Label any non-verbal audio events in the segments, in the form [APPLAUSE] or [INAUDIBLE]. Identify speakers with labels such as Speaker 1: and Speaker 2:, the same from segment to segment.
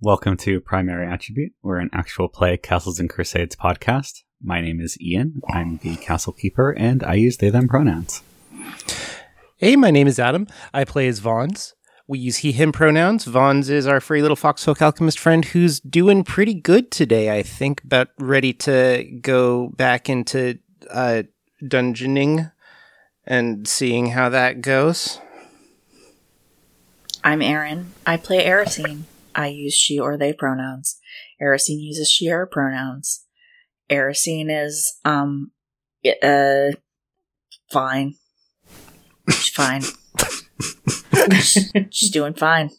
Speaker 1: Welcome to Primary Attribute. We're an actual play Castles and Crusades podcast. My name is Ian. I'm the castle keeper, and I use they them pronouns.
Speaker 2: Hey, my name is Adam. I play as Vons. We use he, him pronouns. Vons is our furry little foxhook alchemist friend who's doing pretty good today, I think, about ready to go back into uh, dungeoning and seeing how that goes.
Speaker 3: I'm Erin. I play Erisine. I use she or they pronouns. Erisine uses she her pronouns. Erisine is um y- uh fine. She's fine. She's- She's doing fine.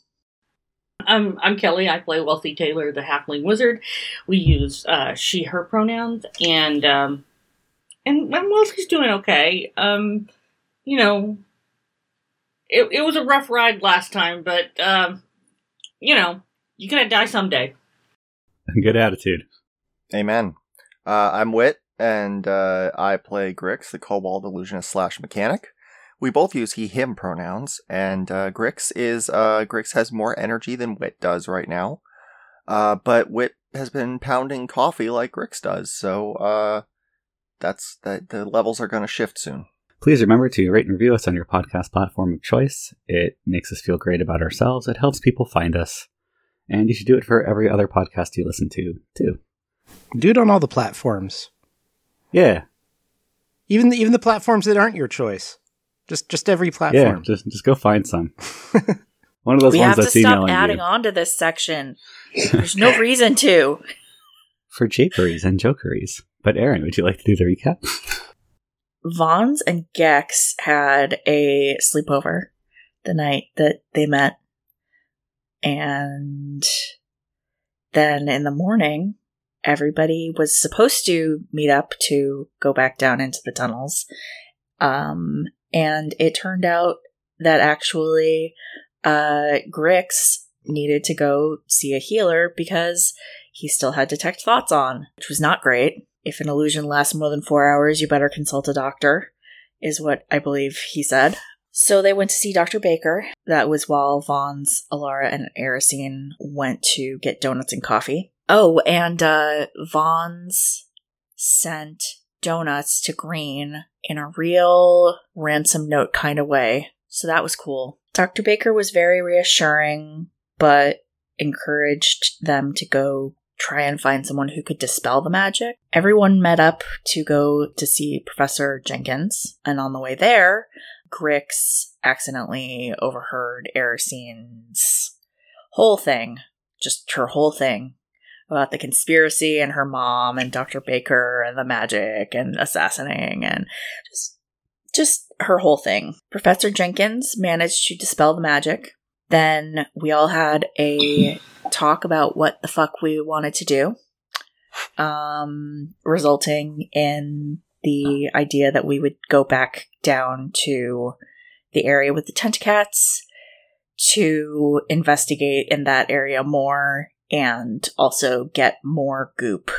Speaker 4: I'm Um, I'm Kelly. I play Wealthy Taylor, the halfling wizard. We use uh, she/her pronouns, and um, and and Wealthy's doing okay. Um, you know, it it was a rough ride last time, but um, you know, you're gonna die someday. [LAUGHS]
Speaker 1: Good attitude.
Speaker 5: Amen. Uh, I'm Wit, and uh, I play Grix, the Cobalt Illusionist slash mechanic. We both use he/him pronouns, and uh, Grix is uh, Grix has more energy than Wit does right now. Uh, but Wit has been pounding coffee like Grix does, so uh, that's that. The levels are going to shift soon.
Speaker 1: Please remember to rate and review us on your podcast platform of choice. It makes us feel great about ourselves. It helps people find us. And you should do it for every other podcast you listen to, too.
Speaker 2: Do it on all the platforms,
Speaker 1: Yeah.
Speaker 2: even the, even the platforms that aren't your choice. Just just every
Speaker 1: Yeah.
Speaker 2: platform.
Speaker 1: Just, just go find some. One of those
Speaker 3: we
Speaker 1: ones
Speaker 3: have to
Speaker 1: that's
Speaker 3: stop
Speaker 1: emailing
Speaker 3: adding
Speaker 1: you.
Speaker 3: on to this section.
Speaker 1: [LAUGHS]
Speaker 3: There's no reason to.
Speaker 1: For japeries and jokeries. But Aaron, would you like to do the recap?
Speaker 3: Vons and Gex had a sleepover the night that they met. And then in the morning, everybody was supposed to meet up to go back down into the tunnels. Um, and it turned out that actually uh, Grix needed to go see a healer because he still had detect thoughts on, which was not great. If an illusion lasts more than four hours, you better consult a doctor, is what I believe he said. So they went to see Dr. Baker. That was while Vaughn's, Alara, and Erisine went to get donuts and coffee. Oh, and uh, Vaughn's sent donuts to Green in a real ransom note kind of way. So that was cool. Dr. Baker was very reassuring, but encouraged them to go try and find someone who could dispel the magic. Everyone met up to go to see Professor Jenkins, and on the way there, Grix accidentally overheard Erisine's whole thing, just her whole thing about the conspiracy and her mom and Dr. Baker and the magic and assassinating and just just her whole thing. Professor Jenkins managed to dispel the magic. Then we all had a talk about what the fuck we wanted to do, um, resulting in the idea that we would go back down to the area with the tentacats to investigate in that area more and also get more goop.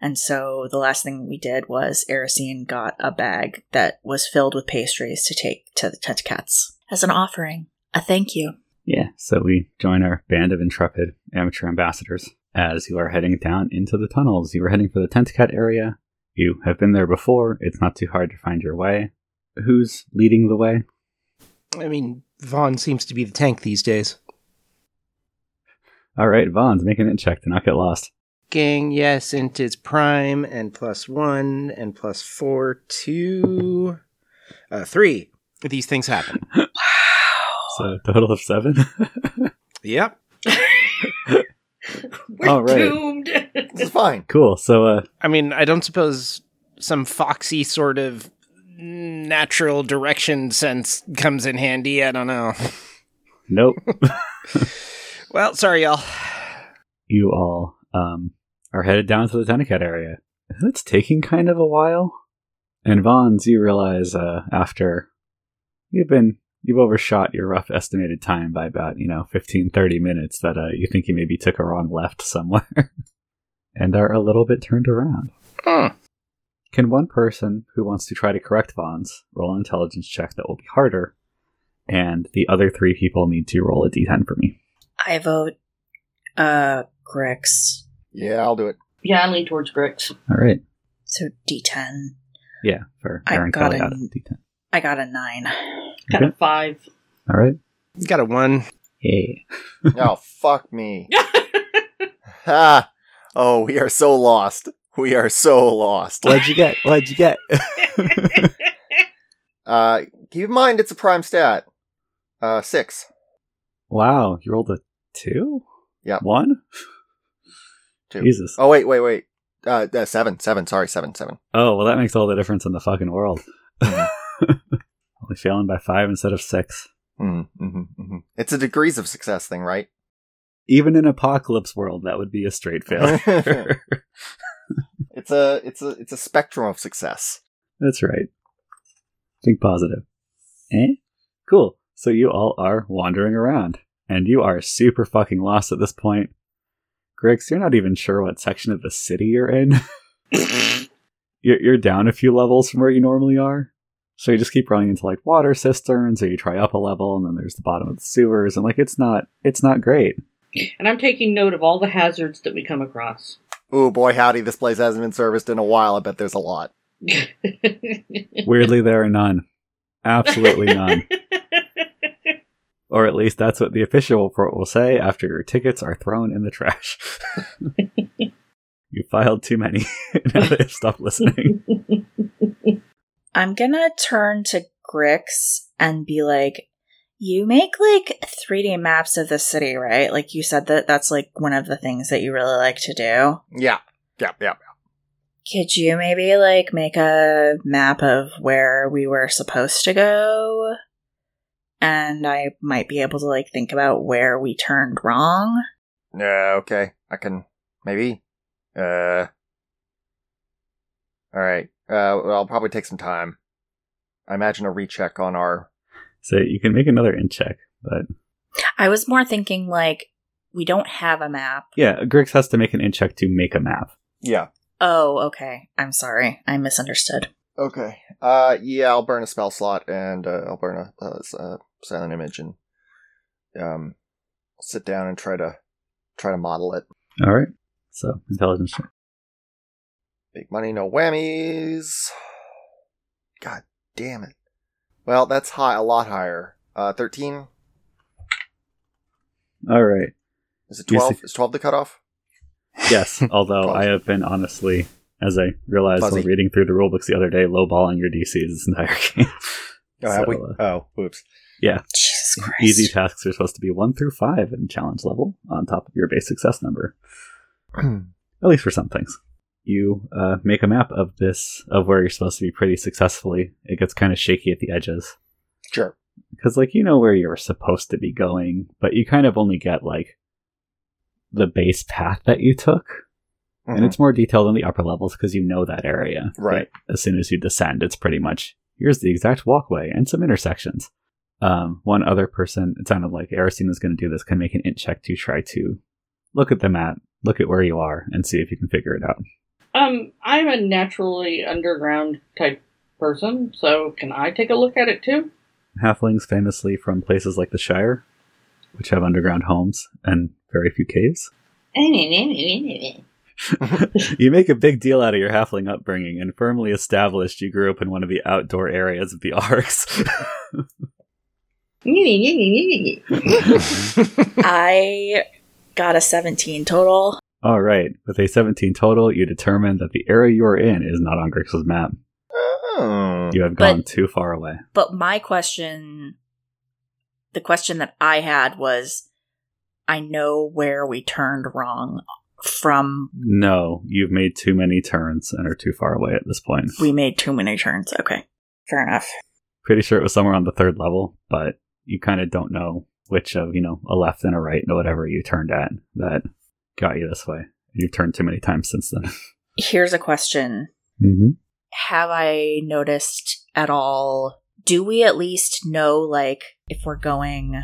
Speaker 3: And so the last thing we did was Erisine got a bag that was filled with pastries to take to the tentacats as an offering, a thank you.
Speaker 1: Yeah, so we join our band of intrepid amateur ambassadors as you are heading down into the tunnels. You are heading for the Tentacat area. You have been there before. It's not too hard to find your way. Who's leading the way?
Speaker 2: I mean, Vaughn seems to be the tank these days.
Speaker 1: All right, Vaughn's making it check to not get lost.
Speaker 2: Gang, yes, int is prime, and plus one, and plus four, two, uh, three. These things happen.
Speaker 1: So total of seven. [LAUGHS]
Speaker 2: yep.
Speaker 4: We're
Speaker 1: All right.
Speaker 4: doomed. [LAUGHS]
Speaker 5: This is fine.
Speaker 1: cool. So uh,
Speaker 2: I mean, I don't suppose some foxy sort of natural direction sense comes in handy. I don't know.
Speaker 1: nope.
Speaker 2: Well, sorry, y'all.
Speaker 1: you all um, are headed down to the Tentacat area. That's taking kind of a while. And Vons, you realize uh, after you've been you've overshot your rough estimated time by about you know 15 30 minutes that uh, you think you maybe took a wrong left somewhere [LAUGHS] and are a little bit turned around
Speaker 2: Hmm.
Speaker 1: can one person who wants to try to correct Vons roll an intelligence check that will be harder and the other three people need to roll a d10 for me
Speaker 3: I vote uh Grix.
Speaker 5: Yeah, I'll do it.
Speaker 4: Yeah, I lean towards Grix.
Speaker 1: All right.
Speaker 3: So D10.
Speaker 1: Yeah, for
Speaker 3: I
Speaker 1: Aaron
Speaker 3: got
Speaker 1: Kelly
Speaker 3: a-
Speaker 1: out of D10.
Speaker 3: I got a nine.
Speaker 4: Got a five.
Speaker 1: [LAUGHS] All right.
Speaker 2: You got a one.
Speaker 1: Hey.
Speaker 5: [LAUGHS] oh, fuck [LAUGHS] me. ha! Oh, we are so lost. We are so lost.
Speaker 1: What'd you get? What'd you get? [LAUGHS]
Speaker 5: Uh, keep in mind it's a prime stat. Uh, six.
Speaker 1: wow, you rolled a two?
Speaker 5: Yeah.
Speaker 1: One?
Speaker 5: Two.
Speaker 1: Jesus.
Speaker 5: Oh, wait, wait, wait. Uh, uh, seven, seven. Sorry, seven, seven.
Speaker 1: Oh, well, that makes all the difference in the fucking world. Mm-hmm. [LAUGHS] Only failing by five instead of six.
Speaker 5: Mm, hmm hmm It's a degrees of success thing, right?
Speaker 1: Even in Apocalypse World, that would be a [LAUGHS] straight failure.
Speaker 5: [LAUGHS] It's a, it's a, it's a spectrum of success.
Speaker 1: That's right. Think positive. Eh? Cool. So you all are wandering around, and you are super fucking lost at this point. Griggs, you're not even sure what section of the city you're in. you're, you're down a few levels from where you normally are. So you just keep running into like water cisterns, or you try up a level, and then there's the bottom of the sewers, and like it's not it's not great.
Speaker 4: And I'm taking note of all the hazards that we come across.
Speaker 5: Ooh, boy, howdy! This place hasn't been serviced in a while. I bet there's a lot.
Speaker 1: Weirdly, there are none.
Speaker 4: [LAUGHS]
Speaker 1: Absolutely none. [LAUGHS] Or at least that's what the official report will say after your tickets are thrown in the trash. you filed too many. [LAUGHS] now they've stopped
Speaker 4: [LAUGHS]
Speaker 1: listening.
Speaker 3: I'm gonna turn to Grix and be like, you make like 3D maps of the city, right? Like you said that that's like one of the things that you really like to do.
Speaker 5: Yeah, yeah, yeah.
Speaker 3: Could you maybe like make a map of where we were supposed to go? And I might be able to like think about where we turned wrong.
Speaker 5: Yeah, okay. I can maybe. Uh All right. Uh well, I'll probably take some time. I imagine a recheck on our
Speaker 1: So you can make another in check, but
Speaker 3: I was more thinking like we don't have a map.
Speaker 1: yeah, Griggs has to make an in check to make a map.
Speaker 5: Yeah.
Speaker 3: Oh, okay. I'm sorry. I misunderstood.
Speaker 5: Okay. Uh yeah, I'll burn a spell slot and uh, I'll burn a uh, s- uh, silent image and um sit down and try to try to model it.
Speaker 1: All right. So intelligence check.
Speaker 5: Big money, no whammies. God damn it. Well, that's high a lot higher. Uh 13
Speaker 1: All right.
Speaker 5: is it
Speaker 1: Yes,
Speaker 5: 12?
Speaker 1: if-
Speaker 5: Is 12 the cutoff? [LAUGHS]
Speaker 1: Yes. Although I have been honestly, as I realized while
Speaker 5: Fuzzy.
Speaker 1: reading through the rulebooks the other day, lowballing your DCs [LAUGHS] this entire game.
Speaker 5: Oh,
Speaker 1: So,
Speaker 5: have we?
Speaker 1: uh,
Speaker 5: Oh, whoops.
Speaker 3: Jesus Christ.
Speaker 1: E-, Easy [LAUGHS] tasks are supposed to be one through five in challenge level on top of your base success number.
Speaker 5: [CLEARS THROAT]
Speaker 1: at least for some things. You uh, make a map of this of where you're supposed to be pretty successfully. It gets kind of shaky at the edges
Speaker 5: Sure.
Speaker 1: because, like, you know where you're supposed to be going, but you kind of only get like the base path that you took,
Speaker 5: Mm-hmm.
Speaker 1: and it's more detailed on the upper levels because you know that area.
Speaker 5: Right.
Speaker 1: But as soon as you descend, it's pretty much here's the exact walkway and some intersections. Um, one other person, it sounded like Aristine was going to do this, can make an int check to try to look at the map, look at where you are, and see if you can figure it out.
Speaker 4: Um, I'm a naturally underground type person, so can I take a look at it too?
Speaker 1: halflings famously from places like the Shire, which have underground homes and very few caves. You make a big deal out of your halfling upbringing and firmly established you grew up in one of the outdoor areas of the [LAUGHS] Arcs.
Speaker 3: I got a 17 total.
Speaker 1: All right, with a 17 total, you determine that the area you are in is not on Grix's map.
Speaker 5: Oh.
Speaker 1: You have
Speaker 3: But-
Speaker 1: gone too far away.
Speaker 3: But my question, the question that I had was I know where we turned wrong from
Speaker 1: No, you've made too many turns and are too far away at this point.
Speaker 3: we made too many turns. Okay. Fair enough.
Speaker 1: Pretty sure it was somewhere on the third level, but you kind of don't know which of, you know, a left and a right and whatever you turned at that got you this way. You've turned too many times since then. [LAUGHS]
Speaker 3: Here's a question.
Speaker 1: Mm-hmm.
Speaker 3: Have I noticed at all do we at least know like if we're going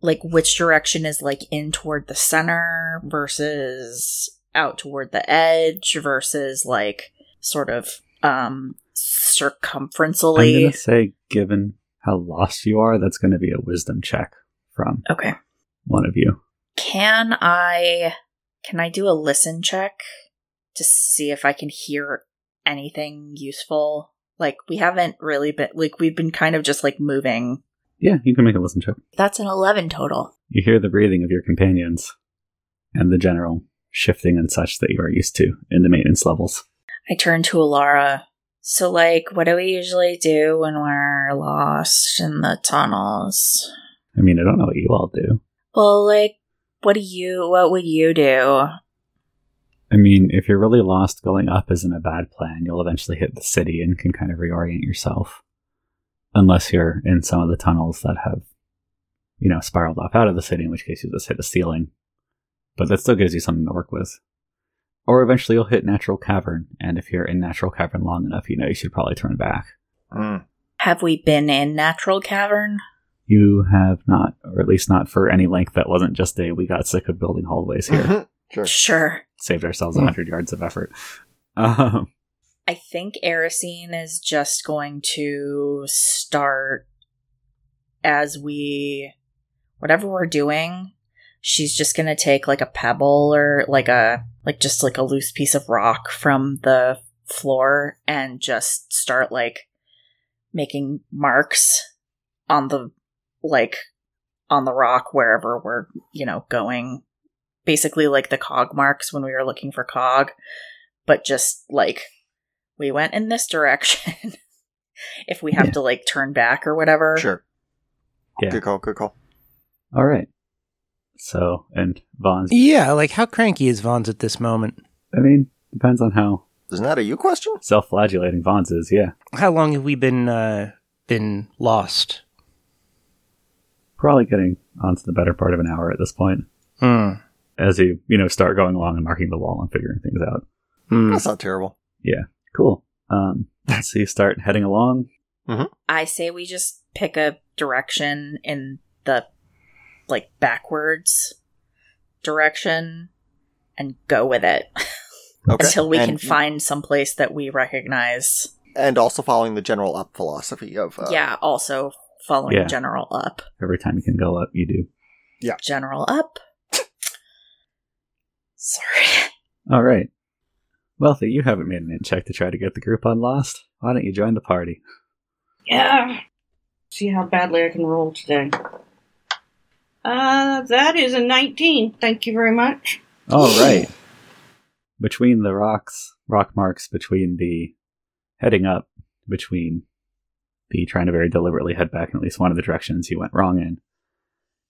Speaker 3: like which direction is like in toward the center versus out toward the edge versus like sort of
Speaker 1: I'm going
Speaker 3: um circumferentially
Speaker 1: to say, given how lost you are, that's going to be a wisdom check from
Speaker 3: okay
Speaker 1: one of you.
Speaker 3: can i Can I do a listen check to see if I can hear anything useful? Like, we haven't really been, like, we've been kind of just like moving.
Speaker 1: Yeah, you can make a listen check.
Speaker 3: That's an 11 total.
Speaker 1: You hear the breathing of your companions and the general shifting and such that you are used to in the maintenance levels.
Speaker 3: I turn to Alara. So, like, what do we usually do when we're lost in the tunnels?
Speaker 1: I mean, I don't know what you all do.
Speaker 3: Well, like, what do you, what would you do?
Speaker 1: I mean, if you're really lost, going up isn't a bad plan. You'll eventually hit the city and can kind of reorient yourself. Unless you're in some of the tunnels that have, you know, spiraled off out of the city, in which case you just hit a ceiling. But that still gives you something to work with. Or eventually you'll hit natural cavern, and if you're in natural cavern long enough, you know you should probably turn back.
Speaker 5: Mm.
Speaker 3: Have we been in Natural Cavern?
Speaker 1: You have not, or at least not for any length that wasn't just a we got sick of building hallways
Speaker 5: [LAUGHS]
Speaker 1: here.
Speaker 5: sure.
Speaker 3: Sure.
Speaker 1: Saved ourselves 100 yards of effort. Um,
Speaker 3: I think Erisine is just going to start as we whatever we're doing, she's just going to take like a pebble or like a like just like a loose piece of rock from the floor and just start like making marks on the like on the rock wherever we're, you know, going. Basically like the cog marks when we were looking for cog, but just like we went in this direction. [LAUGHS] if we have
Speaker 1: Yeah.
Speaker 3: to like turn back or whatever.
Speaker 5: Sure.
Speaker 1: Yeah.
Speaker 5: Good call. Good call.
Speaker 1: All right. So, and Vaughn's.
Speaker 2: Yeah, like how cranky is Vons at this moment?
Speaker 1: I mean, depends on how
Speaker 5: Isn't that a you question?
Speaker 1: self flagellating Vaughn's is, yeah.
Speaker 2: How long have we been uh been lost?
Speaker 1: Probably getting onto the better part of an hour at this point
Speaker 2: Hmm.
Speaker 1: as you, you know, start going along and marking the wall and figuring things out.
Speaker 2: Hmm.
Speaker 5: That's not terrible.
Speaker 1: Cool. Um, [LAUGHS] so you start heading along.
Speaker 3: I say we just pick a direction in the like backwards direction and go with it [LAUGHS]
Speaker 5: Okay.
Speaker 3: until we
Speaker 5: and,
Speaker 3: can find some place that we recognize.
Speaker 5: And also following the general up philosophy of uh,
Speaker 3: yeah, also following
Speaker 1: yeah.
Speaker 3: general up.
Speaker 1: Every time you can go up, you do.
Speaker 3: General up. Sorry. [LAUGHS]
Speaker 1: All right. Wealthy, you haven't made an in check to try to get the group unlost. Why don't you join the party?
Speaker 4: Yeah. See how badly I can roll today. Uh, that is a 19. Thank you very much.
Speaker 5: Oh,
Speaker 1: All right. Between the rocks, rock marks, between the heading up, between the trying to very deliberately head back in at least one of the directions you went wrong in,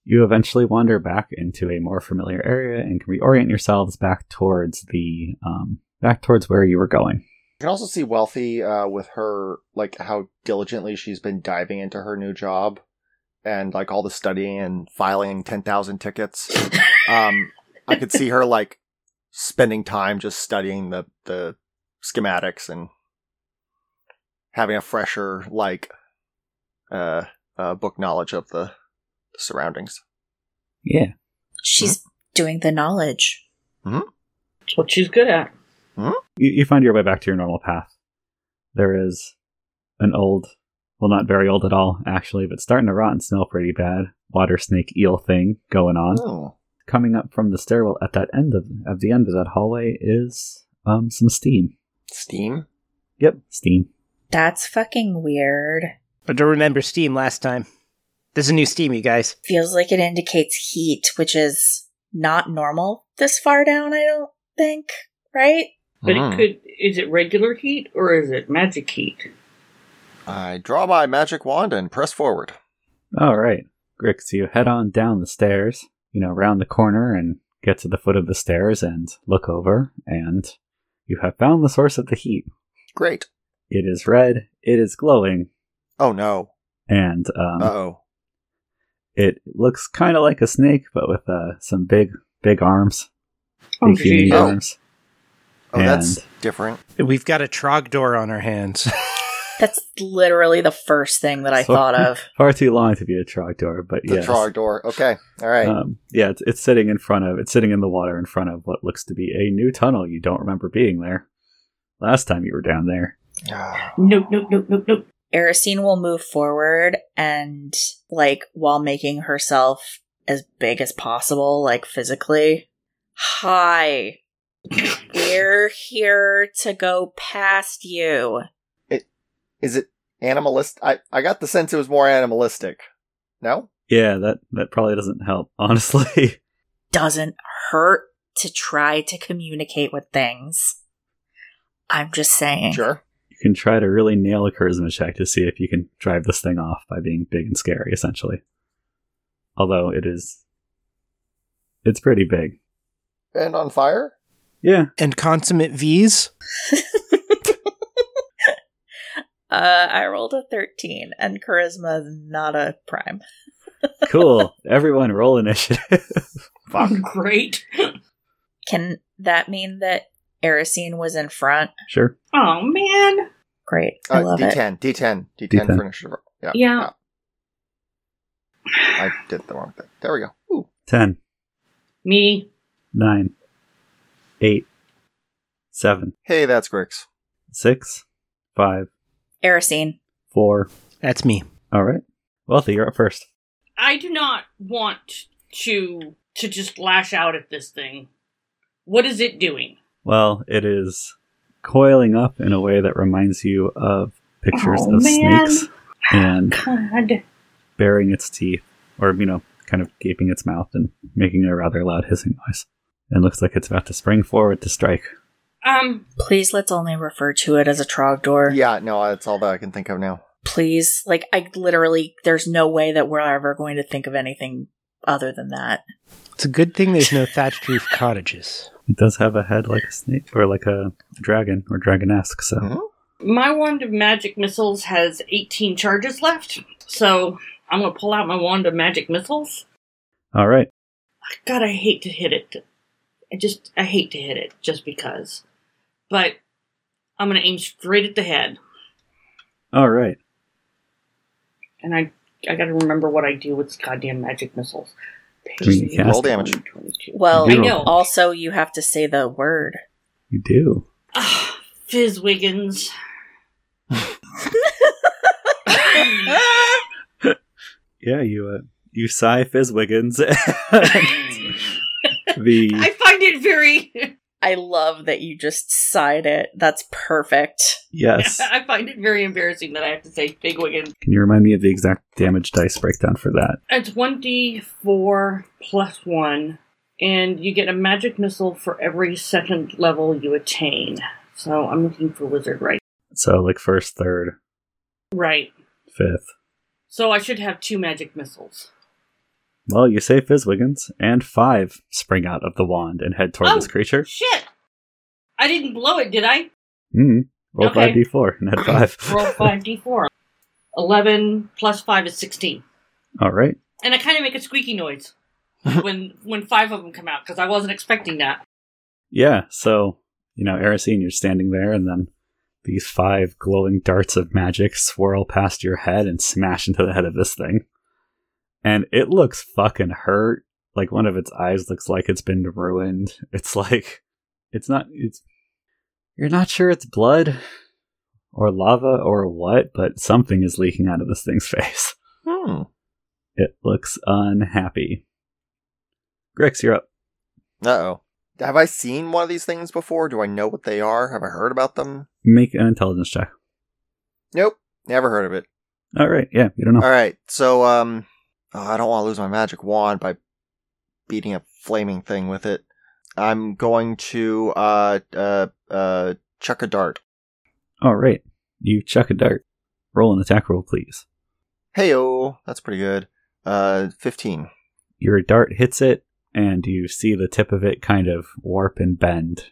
Speaker 1: you eventually wander back into a more familiar area and can reorient yourselves back towards the um, back towards where you were going.
Speaker 5: You can also see Wealthy uh, with her, like, how diligently she's been diving into her new job and, like, all the studying and filing 10,000
Speaker 4: [LAUGHS]
Speaker 5: tickets. um, I could see her, like, spending time just studying the, the schematics and having a fresher, like, uh, uh, book knowledge of the surroundings.
Speaker 1: Yeah.
Speaker 3: She's
Speaker 5: Hmm?
Speaker 3: doing the knowledge.
Speaker 4: That's what she's good at.
Speaker 1: You, you find your way back to your normal path. There is an old, well, not very old at all, actually, but starting to rot and smell pretty bad water snake eel thing going on.
Speaker 5: Oh.
Speaker 1: coming up from the stairwell at that end of at the end of that hallway is um some steam.
Speaker 5: Steam?
Speaker 1: Yep, steam.
Speaker 3: That's fucking weird.
Speaker 2: I don't remember Steam last time. There's a new Steam, you guys.
Speaker 3: feels like it indicates heat, which is not normal this far down, I don't think, right?
Speaker 4: But
Speaker 5: Mhm.
Speaker 1: Hmm.
Speaker 4: it could. Is it regular heat or is it magic heat?
Speaker 5: I draw my magic wand and press forward.
Speaker 1: All right, Grix, you head on down the stairs, you know, round the corner and get to the foot of the stairs and look over, and you have found the source of the heat.
Speaker 5: Great.
Speaker 1: It is red. It is glowing,
Speaker 5: Oh, no.
Speaker 1: and um,
Speaker 5: Uh oh.
Speaker 1: it looks kind of like a snake, but with uh, some big, big arms,
Speaker 4: Oh,
Speaker 1: big human
Speaker 4: geez.
Speaker 5: Oh.
Speaker 1: arms.
Speaker 5: Oh, that's
Speaker 1: And-
Speaker 5: different.
Speaker 2: We've got a Trogdor on our hands. [LAUGHS]
Speaker 3: That's literally the first thing that I
Speaker 1: So-
Speaker 3: thought of.
Speaker 1: Far too long to be a trogdor, but
Speaker 5: The
Speaker 1: yes.
Speaker 5: trog door. Okay. All right.
Speaker 1: Um, yeah, it's, it's sitting in front of, it's sitting in the water in front of what looks to be a new tunnel. You don't remember being there last time you were down there.
Speaker 5: Ah,
Speaker 4: Nope, nope, nope, nope, nope.
Speaker 3: Erisine will move forward and, like, while making herself as big as possible, like physically, Hi. We're here to go past you.
Speaker 5: Is it animalist? I, I got the sense it was more animalistic. No?
Speaker 1: Yeah, that that probably doesn't help, [LAUGHS] honestly.
Speaker 3: Doesn't hurt to try to communicate with things. I'm just saying.
Speaker 5: Sure.
Speaker 1: you can try to really nail a charisma check to see if you can drive this thing off by being big and scary, essentially. Although it is, it's pretty big.
Speaker 5: And on fire?
Speaker 1: Yeah,
Speaker 2: And consummate V's.
Speaker 3: Uh, I rolled a 13, and charisma is not a prime.
Speaker 1: cool. Everyone, roll initiative. [LAUGHS]
Speaker 5: Fuck.
Speaker 4: [LAUGHS] Great.
Speaker 3: Can that mean that Erisine was in front?
Speaker 1: sure.
Speaker 4: Oh man.
Speaker 3: Great. I
Speaker 5: Uh,
Speaker 3: love it.
Speaker 5: D10, D10, D10,
Speaker 1: D10.
Speaker 5: for initiative. Yeah,
Speaker 4: Yeah.
Speaker 5: I did the wrong thing. There we go. Ooh.
Speaker 1: Ten,
Speaker 4: Me.
Speaker 1: nine, eight, seven,
Speaker 5: Hey, that's Grix.
Speaker 1: six, five,
Speaker 3: Erisine.
Speaker 1: four.
Speaker 2: That's me.
Speaker 1: All right. Wealthy, you're up first.
Speaker 4: I do not want to to just lash out at this thing. What is it doing?
Speaker 1: Well, it is coiling up in a way that reminds you of pictures
Speaker 4: Oh,
Speaker 1: of
Speaker 4: man.
Speaker 1: snakes and
Speaker 4: God.
Speaker 1: baring its teeth, or you know, kind of gaping its mouth and making a rather loud hissing noise. And looks like it's about to spring forward to strike.
Speaker 4: Um.
Speaker 3: Please let's only refer to it as a Trogdor.
Speaker 5: Yeah, no, that's all that I can think of now.
Speaker 3: Please. Like, I literally, there's no way that we're ever going to think of anything other than that.
Speaker 2: It's a good thing there's no thatched roof cottages.
Speaker 1: It does have a head like a snake, or like a dragon, or dragonesque. So
Speaker 5: Mhm.
Speaker 4: My wand of magic missiles has 18 charges left, so I'm gonna pull out my wand of magic missiles.
Speaker 1: All right,
Speaker 4: God, I hate to hit it. I just, I hate to hit it just because. But I'm gonna aim straight at the head,
Speaker 1: all right.
Speaker 4: and I, I gotta remember what I do with these goddamn magic missiles.
Speaker 1: Just
Speaker 4: Page
Speaker 1: roll
Speaker 5: damage.
Speaker 4: 22.
Speaker 3: Well,
Speaker 4: I know.
Speaker 3: also, you have to say the word.
Speaker 1: You do.
Speaker 4: Ugh, Fizz Wiggins.
Speaker 1: Yeah, you uh, you sigh, Fizz
Speaker 4: [LAUGHS]
Speaker 1: Wiggins. [LAUGHS] the
Speaker 4: I find it very,
Speaker 3: I love that you just sighed it. That's perfect.
Speaker 1: yes.
Speaker 4: [LAUGHS] I find it very embarrassing that I have to say Fig Wiggins.
Speaker 1: Can you remind me of the exact damage dice breakdown for that?
Speaker 4: It's 1d4 plus 1, and you get a magic missile for every second level you attain. So I'm looking for wizard right.
Speaker 1: So like first, third,
Speaker 4: Right.
Speaker 1: fifth.
Speaker 4: So I should have two magic missiles.
Speaker 1: Well, you say Fizz Wiggins, and five spring out of the wand and head toward
Speaker 4: Oh,
Speaker 1: this creature.
Speaker 4: Shit! I didn't blow it, did I?
Speaker 1: Mm. Roll
Speaker 4: Okay.
Speaker 1: five d four and add five. [LAUGHS]
Speaker 4: [LAUGHS] Roll 5d4. 11 plus 5 is 16.
Speaker 1: All right.
Speaker 4: And I kind of make a squeaky
Speaker 1: [LAUGHS]
Speaker 4: noise when when five of them come out because I wasn't expecting
Speaker 1: [LAUGHS]
Speaker 4: that.
Speaker 1: Yeah. So you know, Erisine, you're standing there, and then these five glowing darts of magic swirl past your head and smash into the head of this thing, and it looks fucking hurt. Like one of its eyes looks like it's been ruined. It's like it's not. It's you're not sure it's blood or lava or what, but something is leaking out of this thing's [LAUGHS] face.
Speaker 5: Hmm.
Speaker 1: It looks unhappy. Grix, you're up.
Speaker 5: Uh oh. Have I seen one of these things before? Do I know what they are? Have I heard about them?
Speaker 1: Make an intelligence check.
Speaker 5: Nope. Never heard of it.
Speaker 1: All right, yeah, you don't know.
Speaker 5: All right. So, um, oh, I don't want to lose my magic wand by beating a flaming thing with it. I'm going to, uh, uh, uh, chuck a dart.
Speaker 1: All right, you chuck a dart. Roll an attack roll, please.
Speaker 5: Hey, That's pretty good. Uh, 15.
Speaker 1: Your dart hits it, and you see the tip of it kind of warp and bend.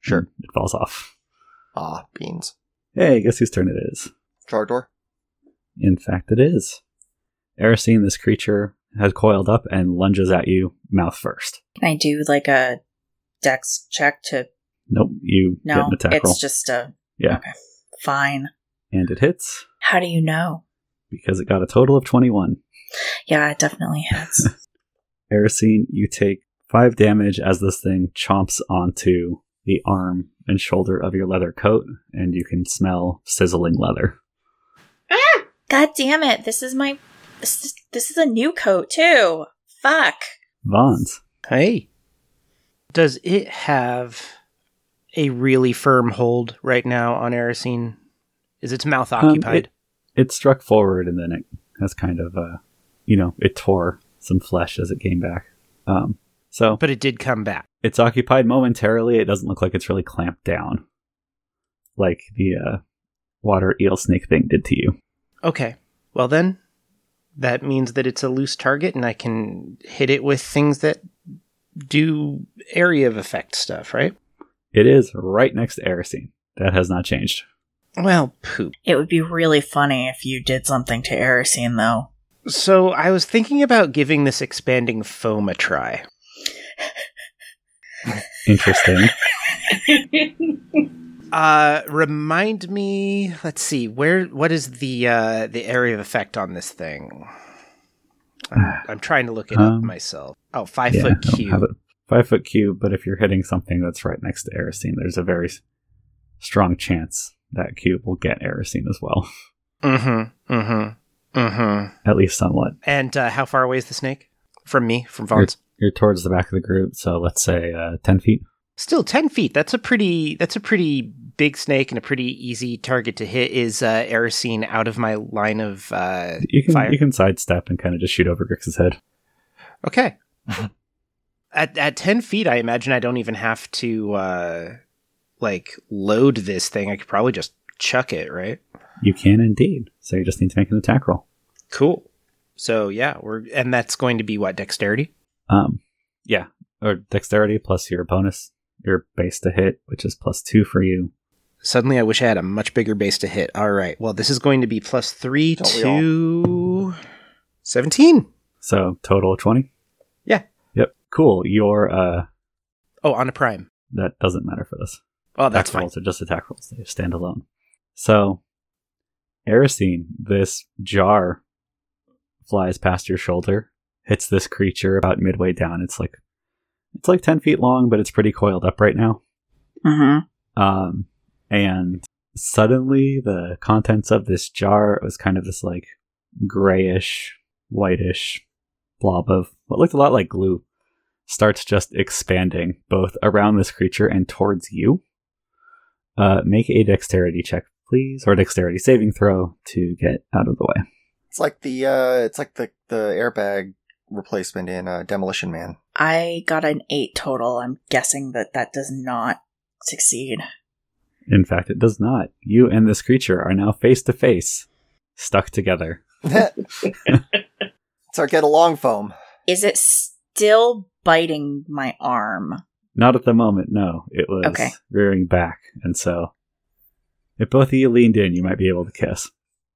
Speaker 5: Sure.
Speaker 1: It falls off.
Speaker 5: Ah, beans.
Speaker 1: Hey, guess whose turn it is?
Speaker 5: Jar door?
Speaker 1: In fact, it is. Erisine, this creature has coiled up and lunges at you, mouth first.
Speaker 3: Can I do like a dex check to.
Speaker 1: Nope, you get
Speaker 3: No,
Speaker 1: an attack
Speaker 3: it's
Speaker 1: roll.
Speaker 3: just a.
Speaker 1: Yeah.
Speaker 3: Okay. Fine.
Speaker 1: And it hits
Speaker 3: How do you know?
Speaker 1: because it got a total of 21.
Speaker 3: Yeah, it definitely has.
Speaker 1: [LAUGHS] Erisine, you take five damage as this thing chomps onto the arm and shoulder of your leather coat, and you can smell sizzling leather.
Speaker 4: Um,
Speaker 3: God damn it. This is my. This is, this is a new coat, too. Fuck.
Speaker 1: Vons,
Speaker 2: Hey. Does it have a really firm hold right now on Erisine? Is its mouth
Speaker 1: Um,
Speaker 2: occupied?
Speaker 1: It struck forward and then it has kind of, uh, you know, it tore some flesh as it came back. Um, so
Speaker 2: but it did come back.
Speaker 1: it's occupied momentarily. It doesn't look like it's really clamped down, like the uh, water eel snake thing did to you.
Speaker 2: Okay. Well, then, that means that it's a loose target and I can hit it with things that do area of effect stuff, right?
Speaker 1: It is right next to Erisine. That has not changed.
Speaker 2: Well, poop.
Speaker 3: It would be really funny if you did something to Erisine, though.
Speaker 2: So I was thinking about giving this expanding foam a try.
Speaker 1: Interesting.
Speaker 2: Uh, remind me. Let's see. Where? What is the uh, the area of effect on this thing? [SIGHS] I'm, I'm trying to look it up
Speaker 1: Um,
Speaker 2: myself. Oh, five
Speaker 1: Yeah,
Speaker 2: foot
Speaker 1: I don't have
Speaker 2: cube.
Speaker 1: it. Five foot cube, but if you're hitting something that's right next to Erisine, there's a very s- strong chance that cube will get Erisine as well, [LAUGHS]
Speaker 2: Mm-hmm. Mm-hmm. Mm-hmm.
Speaker 1: at least somewhat.
Speaker 2: And uh, how far away is the snake from me? From Vaughn's?
Speaker 1: You're towards the back of the group, so let's say uh, 10 feet.
Speaker 2: Still ten feet. That's a pretty. That's a pretty big snake and a pretty easy target to hit. Is uh, Erisine out of my line of? Uh,
Speaker 1: You can,
Speaker 2: Fire.
Speaker 1: you can sidestep and kind of just shoot over Grix's head.
Speaker 2: Okay. at at ten feet, I imagine I don't even have to uh like load this thing. I could probably just chuck it, right?
Speaker 1: You can indeed. So you just need to make an attack roll.
Speaker 2: Cool. So yeah, we're and that's going to be what dexterity.
Speaker 1: Um, yeah, or dexterity plus your bonus, your base to hit, which is plus two for you.
Speaker 2: Suddenly, I wish I had a much bigger base to hit. All right. Well, this is going to be plus three
Speaker 5: Don't we all?
Speaker 2: to seventeen.
Speaker 1: So total of twenty.
Speaker 2: Yeah.
Speaker 1: Yep. Cool. Your uh,
Speaker 2: Oh, on a prime.
Speaker 1: that doesn't matter for this.
Speaker 2: Oh, that's
Speaker 1: attack
Speaker 2: fine.
Speaker 1: rolls are just attack rolls. They stand alone. So, Erisine, this jar flies past your shoulder, hits this creature about midway down. It's like it's like ten feet long, but it's pretty coiled up right now.
Speaker 3: Mm-hmm.
Speaker 1: um, and suddenly the contents of this jar was kind of this like grayish, whitish blob of what looked a lot like glue starts just expanding both around this creature and towards you. Uh, make a dexterity check, please, or dexterity saving throw to get out of the way.
Speaker 5: It's like the uh, it's like the the airbag replacement in uh, Demolition Man. [LAUGHS]
Speaker 3: I got an eight total. I'm guessing that that does not succeed.
Speaker 1: In fact, it does not. You and this creature are now face to face, stuck together.
Speaker 5: it's our get along foam.
Speaker 3: Is it still biting my arm?
Speaker 1: Not at the moment, no. It was
Speaker 3: Okay.
Speaker 1: rearing back, and so if both of you leaned in, you might be able to kiss.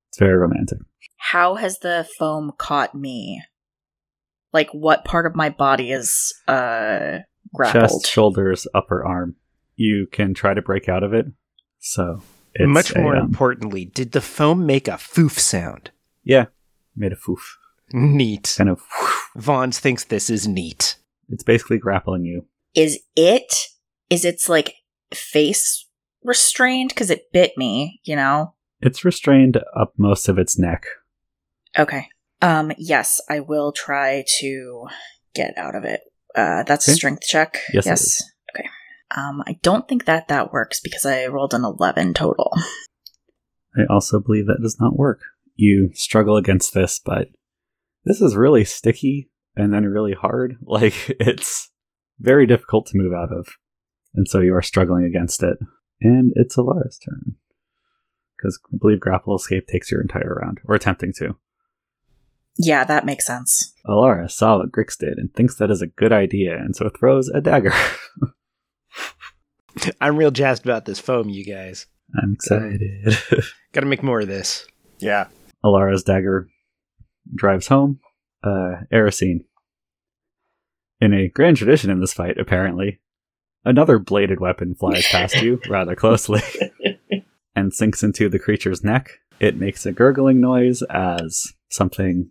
Speaker 1: It's very romantic.
Speaker 3: How has the foam caught me? Like, what part of my body is uh grappled?
Speaker 1: Chest, shoulders, upper arm. You can try to break out of it. So it's
Speaker 2: Much
Speaker 1: a,
Speaker 2: more
Speaker 1: um,
Speaker 2: importantly, did the foam make a foof sound?
Speaker 1: yeah, made a foof.
Speaker 2: Neat.
Speaker 1: Kind of.
Speaker 2: Vons thinks this is neat.
Speaker 1: It's basically grappling you.
Speaker 3: is it? Is its like face restrained because it bit me? You know.
Speaker 1: It's restrained up most of its neck.
Speaker 3: Okay. Um. Yes, I will try to get out of it. Uh, that's a
Speaker 1: Okay.
Speaker 3: strength check.
Speaker 1: Yes, it is.
Speaker 3: Okay. Um, I don't think that that works because I rolled an eleven total.
Speaker 1: I also believe that does not work. You struggle against this, but this is really sticky and then really hard. [LAUGHS] Like, it's very difficult to move out of. And so you are struggling against it. And it's Alara's turn. Because I believe grapple escape takes your entire round, or attempting to.
Speaker 3: Yeah, that makes sense.
Speaker 1: Alara saw what Grix did and thinks that is a good idea, and so throws a dagger. [LAUGHS]
Speaker 2: I'm real jazzed about this foam, you guys.
Speaker 1: I'm excited.
Speaker 2: Gotta make more of this.
Speaker 5: Yeah,
Speaker 1: Alara's dagger drives home. Uh, Erisine. In a grand tradition in this fight, apparently, another bladed weapon flies past you rather closely and sinks into the creature's neck. It makes a gurgling noise as something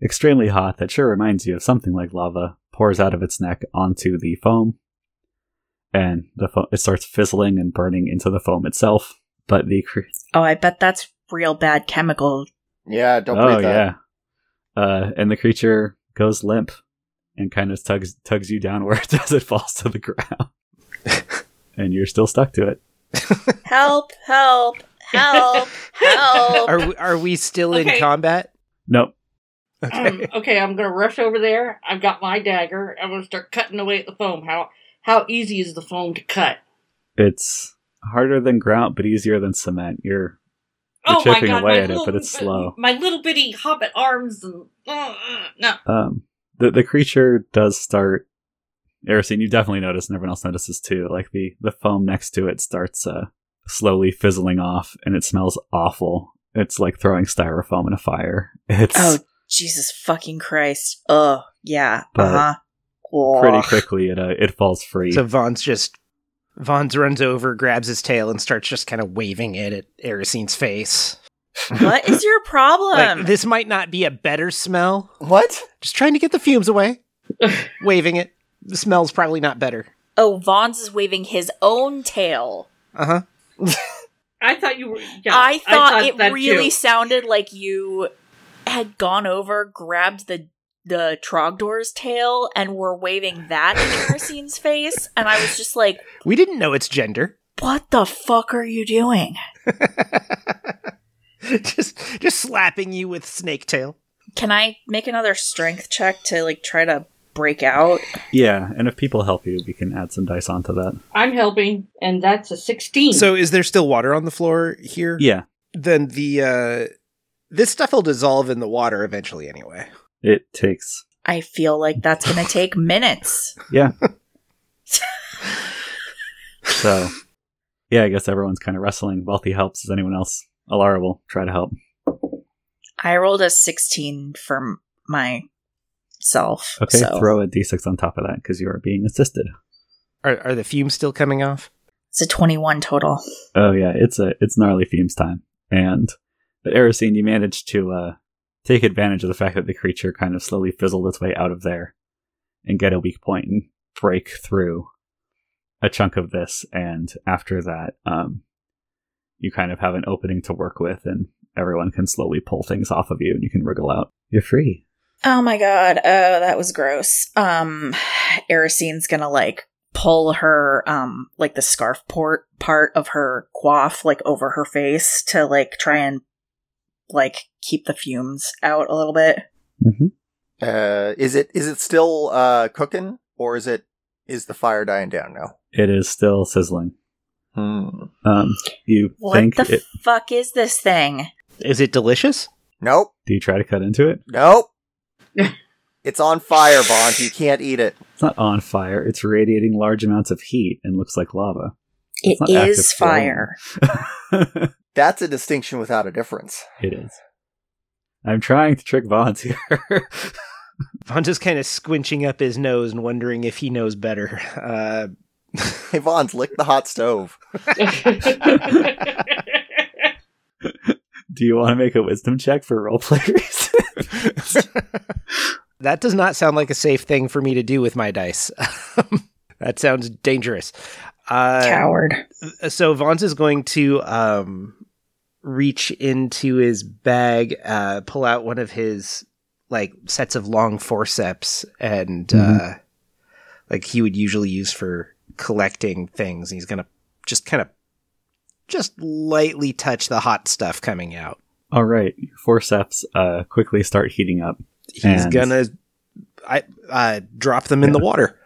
Speaker 1: extremely hot that sure reminds you of something like lava pours out of its neck onto the foam, and the fo- it starts fizzling and burning into the foam itself. But the cre-
Speaker 3: Oh, I bet that's real bad chemical.
Speaker 5: yeah. Don't
Speaker 1: oh
Speaker 5: breathe that.
Speaker 1: yeah. Uh, and the creature goes limp and kind of tugs tugs you [LAUGHS] downwards as it falls to the ground, and you're still stuck to it.
Speaker 3: Help, help, help,
Speaker 1: [LAUGHS]
Speaker 3: help.
Speaker 2: Are we, are we still in
Speaker 4: Okay.
Speaker 2: combat?
Speaker 1: Nope.
Speaker 2: Okay.
Speaker 4: Um, okay, I'm gonna rush over there. I've got my dagger. I'm gonna start cutting away at the foam. How how easy is the foam to cut?
Speaker 1: It's harder than grout, but easier than cement. You're You're chipping away
Speaker 4: Oh my
Speaker 1: at it, but it's slow.
Speaker 4: My little bitty hobbit arms and uh, uh, no.
Speaker 1: um the the creature does start Erosine, you definitely notice and everyone else notices too. Like the the foam next to it starts uh slowly fizzling off and it smells awful. It's like throwing styrofoam in a fire. It's
Speaker 3: oh, Jesus fucking Christ. Oh, yeah.
Speaker 1: But-
Speaker 3: Uh huh.
Speaker 1: pretty quickly it uh, it falls free.
Speaker 2: So Vaughn's just Vaughn's runs over, grabs his tail, and starts just kind of waving it at Erisine's face.
Speaker 1: [LAUGHS]
Speaker 3: What is your problem?
Speaker 2: Like this might not be a better smell.
Speaker 5: What?
Speaker 2: Just trying to get the fumes away. waving it. The smell's probably not better.
Speaker 3: oh, Vaughn's is waving his own tail.
Speaker 2: Uh huh.
Speaker 4: I thought you were. Yeah,
Speaker 3: I thought,
Speaker 4: that
Speaker 3: it really
Speaker 4: too.
Speaker 3: sounded like you had gone over, grabbed the the Trogdor's tail, and were waving that in Erisine's face, and I was just like,
Speaker 2: We didn't know its gender. [LAUGHS]
Speaker 3: "What the fuck are you doing?"
Speaker 2: just just slapping you with snake tail.
Speaker 3: Can I make another strength check to like try to break out?
Speaker 1: yeah, and if people help you, we can add some dice onto that.
Speaker 4: I'm helping, and that's a sixteen.
Speaker 2: So
Speaker 1: [LAUGHS]
Speaker 3: [LAUGHS]
Speaker 4: [LAUGHS]
Speaker 2: is there still water on the floor here?
Speaker 1: Yeah,
Speaker 2: Then the uh this stuff will dissolve in the water eventually anyway.
Speaker 1: it takes
Speaker 3: I feel like that's
Speaker 4: [LAUGHS]
Speaker 3: gonna take minutes.
Speaker 1: [LAUGHS] so. Yeah, I guess everyone's kind of wrestling. Wealthy helps. Does anyone else? Alara will try to help.
Speaker 3: I rolled a sixteen for m- myself.
Speaker 1: Okay,
Speaker 3: so
Speaker 1: throw a d6 on top of that because you are being assisted.
Speaker 2: Are are the fumes still coming off?
Speaker 3: it's a twenty-one total.
Speaker 1: Oh yeah, it's a it's gnarly fumes time. And but Erosine, you managed to uh, take advantage of the fact that the creature kind of slowly fizzled its way out of there and get a weak point and break through a chunk of this. And after that, um, you kind of have an opening to work with, and everyone can slowly pull things off of you, and you can wriggle out. You're free.
Speaker 3: Oh my god. Oh, that was gross. Um Erisine's gonna like pull her um like the scarf port part of her coif like over her face to like try and like keep the fumes out a little bit.
Speaker 1: Mm-hmm.
Speaker 5: Uh, is it is it still uh, cooking, or is it is the fire dying down now?
Speaker 1: is still sizzling.
Speaker 5: Hmm.
Speaker 1: Um, you
Speaker 3: What
Speaker 1: think
Speaker 3: the
Speaker 1: it?
Speaker 3: fuck is this thing?
Speaker 2: Is it delicious?
Speaker 5: Nope.
Speaker 1: do you try to cut into it?
Speaker 5: [LAUGHS] Nope. it's on fire, Bond. You can't eat it.
Speaker 1: It's not on fire. It's radiating large amounts of heat and looks like
Speaker 5: [LAUGHS]
Speaker 1: lava. It's
Speaker 3: It
Speaker 1: not
Speaker 3: is
Speaker 1: active flame.
Speaker 3: fire.
Speaker 1: it
Speaker 5: That's a distinction without a difference. [LAUGHS]
Speaker 1: is. I'm trying to trick Vons here.
Speaker 2: Von just kind of squinching up his nose and wondering if he knows better. [LAUGHS] Uh,
Speaker 5: Hey, Vaughn's lick the hot stove.
Speaker 1: [LAUGHS] do you want to make a wisdom check for roleplay [LAUGHS] reasons?
Speaker 5: [LAUGHS]
Speaker 2: that does not sound like a safe thing for me to do with my dice. [LAUGHS] that sounds dangerous. Uh,
Speaker 3: Coward.
Speaker 2: so Vaughn's is going to um, reach into his bag, uh, pull out one of his like sets of long forceps, and uh,
Speaker 1: Mhm.
Speaker 2: like he would usually use for collecting things. He's gonna just kind of just lightly touch the hot stuff coming out.
Speaker 1: All right. Your forceps uh, quickly start heating up.
Speaker 2: He's
Speaker 1: And-
Speaker 2: gonna I uh, drop them in the water.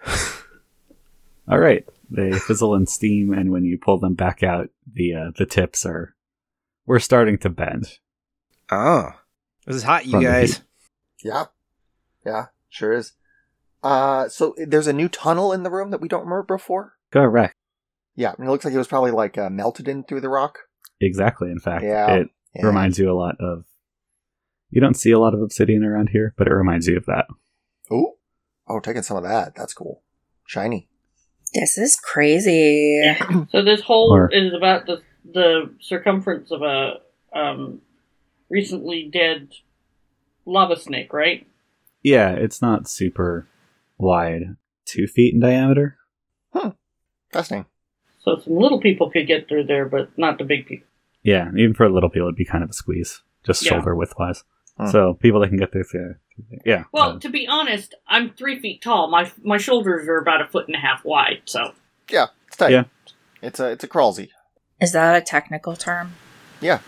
Speaker 1: All right. They fizzle and steam, and when you pull them back out, the uh, the tips are we're starting to bend.
Speaker 2: Oh, this is hot, you
Speaker 1: From the
Speaker 2: guys.
Speaker 5: Yeah. Yeah, sure is. Uh, so there's a new tunnel in the room that we don't remember before?
Speaker 1: Correct.
Speaker 5: Yeah, and it looks like it was probably like uh, melted in through the rock.
Speaker 1: Exactly. In fact,
Speaker 5: Yeah.
Speaker 1: it
Speaker 5: Yeah.
Speaker 1: reminds you a lot of. You don't see a lot of obsidian around here, but it reminds you of that.
Speaker 5: Ooh. Oh, taking some of that. That's cool. Shiny.
Speaker 3: This is crazy.
Speaker 4: So this hole
Speaker 1: Or-
Speaker 4: is about the the circumference of a um, recently dead lava snake, right?
Speaker 1: Yeah, it's not super wide. Two feet in diameter?
Speaker 5: Fascinating.
Speaker 4: So some little people could get through there, but not the big people.
Speaker 1: Yeah, even for a little people, it'd be kind of a squeeze, just
Speaker 4: Yeah.
Speaker 1: shoulder width wise.
Speaker 5: Hmm.
Speaker 1: So people that can get through, through Yeah.
Speaker 4: Well,
Speaker 1: uh,
Speaker 4: to be honest, I'm three feet tall. My my shoulders are about a foot and a half wide. So
Speaker 5: It's tight.
Speaker 1: Yeah.
Speaker 5: It's a it's a crawlsy.
Speaker 3: Is that a technical term?
Speaker 5: It's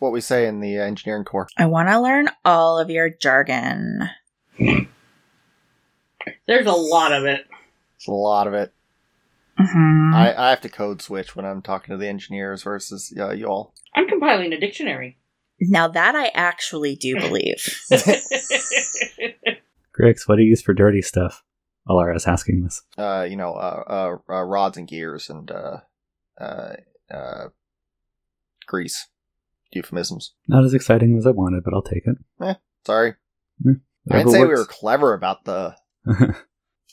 Speaker 5: what we say in the uh, engineering corps.
Speaker 3: I want to learn all of your jargon.
Speaker 4: there's a lot of it.
Speaker 5: It's a lot of it.
Speaker 3: Mm-hmm.
Speaker 5: I, I have to code switch when I'm talking to the engineers versus uh, y'all.
Speaker 4: I'm compiling a
Speaker 1: [LAUGHS]
Speaker 4: [LAUGHS] dictionary.
Speaker 3: now that I actually do [LAUGHS] believe.
Speaker 1: Grix, what do you use for dirty stuff? Alara's asking this.
Speaker 5: Uh, you know, uh, uh, uh, rods and gears and uh, uh, uh, grease. Euphemisms.
Speaker 1: Not as exciting as I wanted, but I'll take it.
Speaker 5: Sorry, I
Speaker 1: Whatever
Speaker 5: didn't say we were
Speaker 1: works.
Speaker 5: clever about the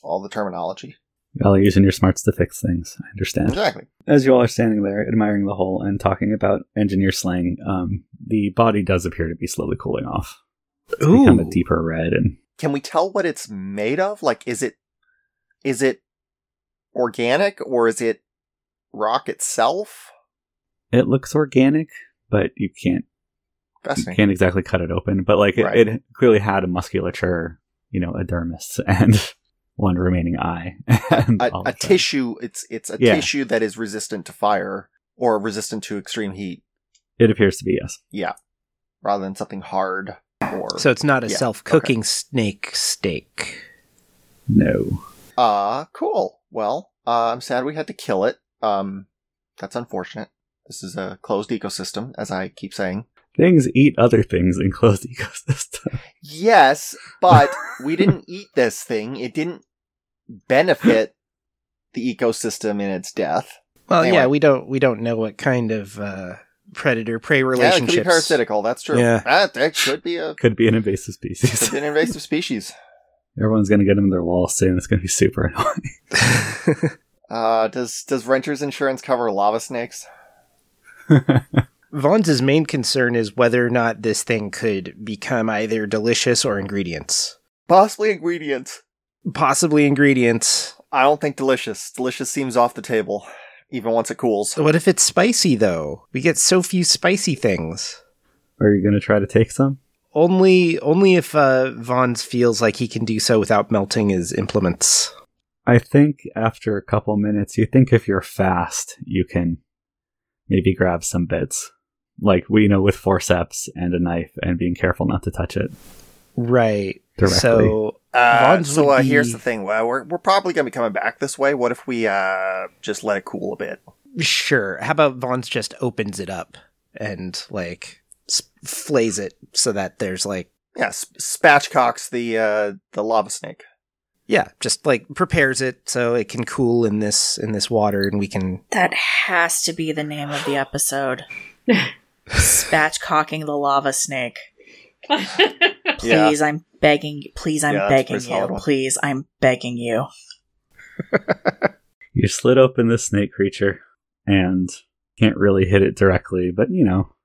Speaker 5: all the terminology.
Speaker 1: [LAUGHS] Y'all are using your smarts to fix things. I understand.
Speaker 5: Exactly.
Speaker 1: As you all are standing there, admiring the hole and talking about engineer slang, um, the body does appear to be slowly cooling off. It's become a
Speaker 2: Ooh.
Speaker 1: deeper red, and
Speaker 5: Can we tell what it's made of? Like, is it is it organic or is it rock itself?
Speaker 1: it looks organic, but you can't you
Speaker 5: Fascinating.
Speaker 1: can't exactly cut it open. But like it,
Speaker 5: Right.
Speaker 1: it clearly had a musculature, you know, a dermis [LAUGHS] and one remaining eye, [LAUGHS] and
Speaker 5: A,
Speaker 2: Oh,
Speaker 1: all
Speaker 5: a
Speaker 1: of that.
Speaker 5: tissue. It's it's a
Speaker 1: Yeah.
Speaker 5: tissue that is resistant to fire or resistant to extreme heat,
Speaker 1: It appears to be yes.
Speaker 5: rather than something hard or
Speaker 2: So it's not a
Speaker 5: Yeah,
Speaker 2: self cooking snake steak.
Speaker 1: No.
Speaker 5: Uh, cool. Well, uh, I'm sad we had to kill it. Um, that's unfortunate. This is a closed ecosystem, as I keep saying.
Speaker 1: Things eat other things in closed [LAUGHS] ecosystem.
Speaker 5: Yes,
Speaker 2: [LAUGHS]
Speaker 5: but we didn't eat this thing. It didn't benefit the ecosystem in its death.
Speaker 2: Well,
Speaker 5: Anyway.
Speaker 2: yeah, we don't we don't know what kind of uh, predator prey
Speaker 5: Yeah, it
Speaker 2: relationships.
Speaker 5: could be parasitical. That's true.
Speaker 2: Yeah.
Speaker 5: That, that could be a
Speaker 1: Could be an invasive
Speaker 5: could [LAUGHS]
Speaker 1: species.
Speaker 5: be
Speaker 2: [LAUGHS]
Speaker 5: an invasive species.
Speaker 1: Everyone's gonna get them their wall soon. It's gonna be super annoying.
Speaker 5: Uh, does does renter's insurance cover lava snakes?
Speaker 2: [LAUGHS] Vaughn's main concern is whether or not this thing could become either delicious or ingredients,
Speaker 5: Possibly ingredients.
Speaker 2: possibly ingredients.
Speaker 5: I don't think delicious. Delicious seems off the table, even once it cools.
Speaker 2: What if it's spicy though? We get so few spicy things.
Speaker 1: [LAUGHS] Are you gonna try to take some?
Speaker 2: Only only if uh, Vaughn's feels like he can do so without melting his implements.
Speaker 1: I think after a couple minutes, you think if you're fast, you can maybe grab some bits. Like we know with forceps and a knife and being careful not to touch it
Speaker 2: Right.
Speaker 1: directly.
Speaker 2: So
Speaker 5: Uh,
Speaker 2: Vons
Speaker 5: so
Speaker 2: would
Speaker 5: uh,
Speaker 2: be-
Speaker 5: here's the thing. Well, we're we're probably gonna be coming back this way. What if we uh just let it cool a bit?
Speaker 2: Sure. How about Vaughn's just opens it up and like s- flays it so that there's like
Speaker 5: Yeah, sp- spatchcocks the uh the lava snake.
Speaker 2: yeah, just like prepares it so it can cool in this in this water and we can
Speaker 3: That has to be the name of the episode. Spatchcocking the lava snake.
Speaker 5: Yeah.
Speaker 3: Please, I'm begging you. Please, I'm
Speaker 5: Yeah, that's a
Speaker 3: begging
Speaker 5: pretty
Speaker 3: you.
Speaker 5: solid one.
Speaker 3: Please, I'm begging you.
Speaker 1: You slit open this snake creature and can't really hit it directly, but you know,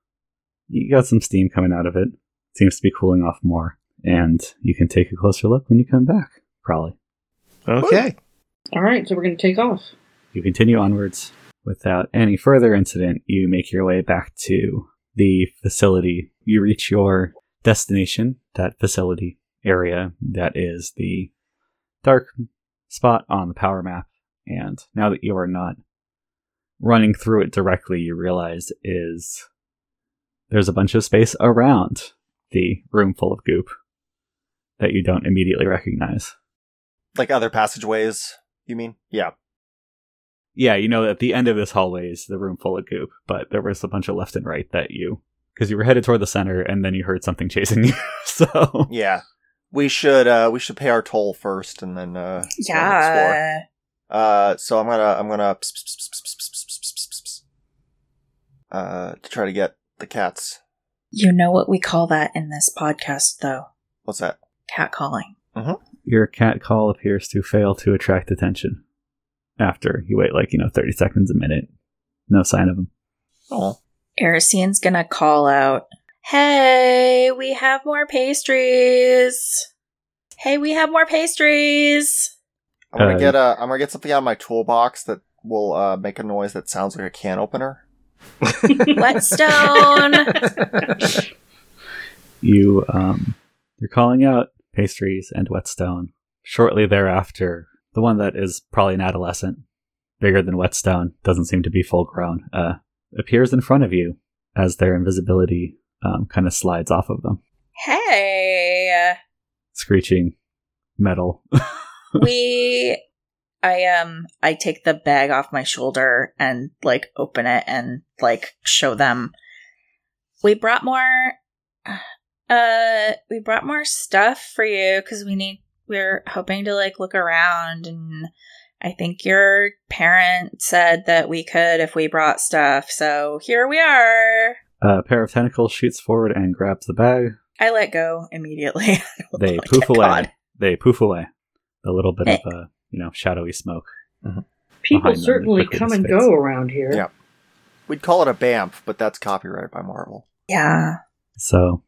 Speaker 1: you got some steam coming out of it. Seems to be cooling off more, and you can take a closer look when you come back, probably.
Speaker 2: Okay.
Speaker 4: All right, so we're going to take off.
Speaker 1: You continue onwards. Without any further incident, you make your way back to the facility. You reach your destination, that facility area that is the dark spot on the power map. And now that you are not running through it directly, you realize is there's a bunch of space around the room full of goop that you don't immediately recognize.
Speaker 5: Like other passageways, you mean? Yeah.
Speaker 1: yeah, you know, at the end of this hallway is the room full of goop, but there was a bunch of left and right that you, because you were headed toward the center and then you heard something chasing [LAUGHS] you. so,
Speaker 5: Yeah. We should uh we should pay our toll first and then uh then explore.
Speaker 3: Yeah.
Speaker 5: Uh so I'm gonna I'm gonna ps- ps- ps- ps- ps- ps- ps- ps- ps- ps- uh to try to get the cats.
Speaker 3: You know what we call that in this podcast, though?
Speaker 5: What's that?
Speaker 3: Catcalling.
Speaker 1: your cat call appears to fail to attract attention after you wait, like, you know, 30 seconds, a minute. No sign of him.
Speaker 5: Oh.
Speaker 3: Erisian's gonna call out, Hey, we have more pastries. Hey, we have more pastries.
Speaker 5: I'm gonna
Speaker 1: Uh,
Speaker 5: get a. I'm gonna get something out of my toolbox that will uh, make a noise that sounds like a can opener. [LAUGHS]
Speaker 3: Whetstone.
Speaker 1: You um, They're calling out pastries and whetstone. Shortly thereafter, the one that is probably an adolescent, bigger than whetstone, doesn't seem to be full grown, uh, appears in front of you as their invisibility um, kind of slides off of them,
Speaker 3: Hey,
Speaker 1: screeching metal. [LAUGHS]
Speaker 3: we. I um. I take the bag off my shoulder and like open it and like show them. We brought more. Uh, we brought more stuff for you because we need. We're hoping to like look around and. I think your parent said that we could if we brought stuff, so here we are.
Speaker 1: a pair of tentacles shoots forward and grabs the bag.
Speaker 3: I let go immediately. [LAUGHS]
Speaker 1: They
Speaker 3: Like,
Speaker 1: poof away.
Speaker 3: God.
Speaker 1: They poof away. A little bit of uh, you know shadowy smoke.
Speaker 4: People
Speaker 1: Behind them,
Speaker 4: certainly
Speaker 1: quickly
Speaker 4: come and
Speaker 1: dissipates.
Speaker 4: go around here.
Speaker 5: Yeah. We'd call it a BAMF, but that's copyrighted by Marvel.
Speaker 3: Yeah.
Speaker 1: So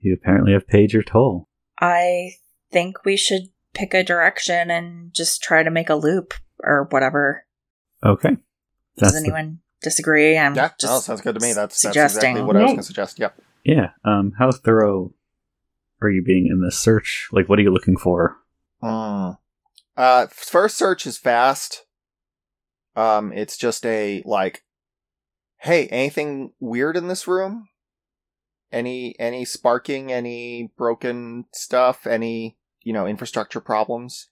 Speaker 1: you apparently have paid your toll.
Speaker 3: I think we should pick a direction and just try to make a loop or whatever.
Speaker 1: Okay.
Speaker 3: Does
Speaker 1: the-
Speaker 3: anyone disagree? I'm
Speaker 5: Yeah,
Speaker 3: just
Speaker 5: no, Oh, sounds good to me. That's, that's
Speaker 3: suggesting.
Speaker 5: exactly what I was
Speaker 4: Yeah.
Speaker 5: going to suggest. Yeah.
Speaker 1: yeah. Um, how thorough are you being in this search? Like, what are you looking for?
Speaker 5: Mm. Uh, first search is fast. Um, it's just a like, hey, anything weird in this room? Any any sparking? Any broken stuff? Any you know infrastructure problems?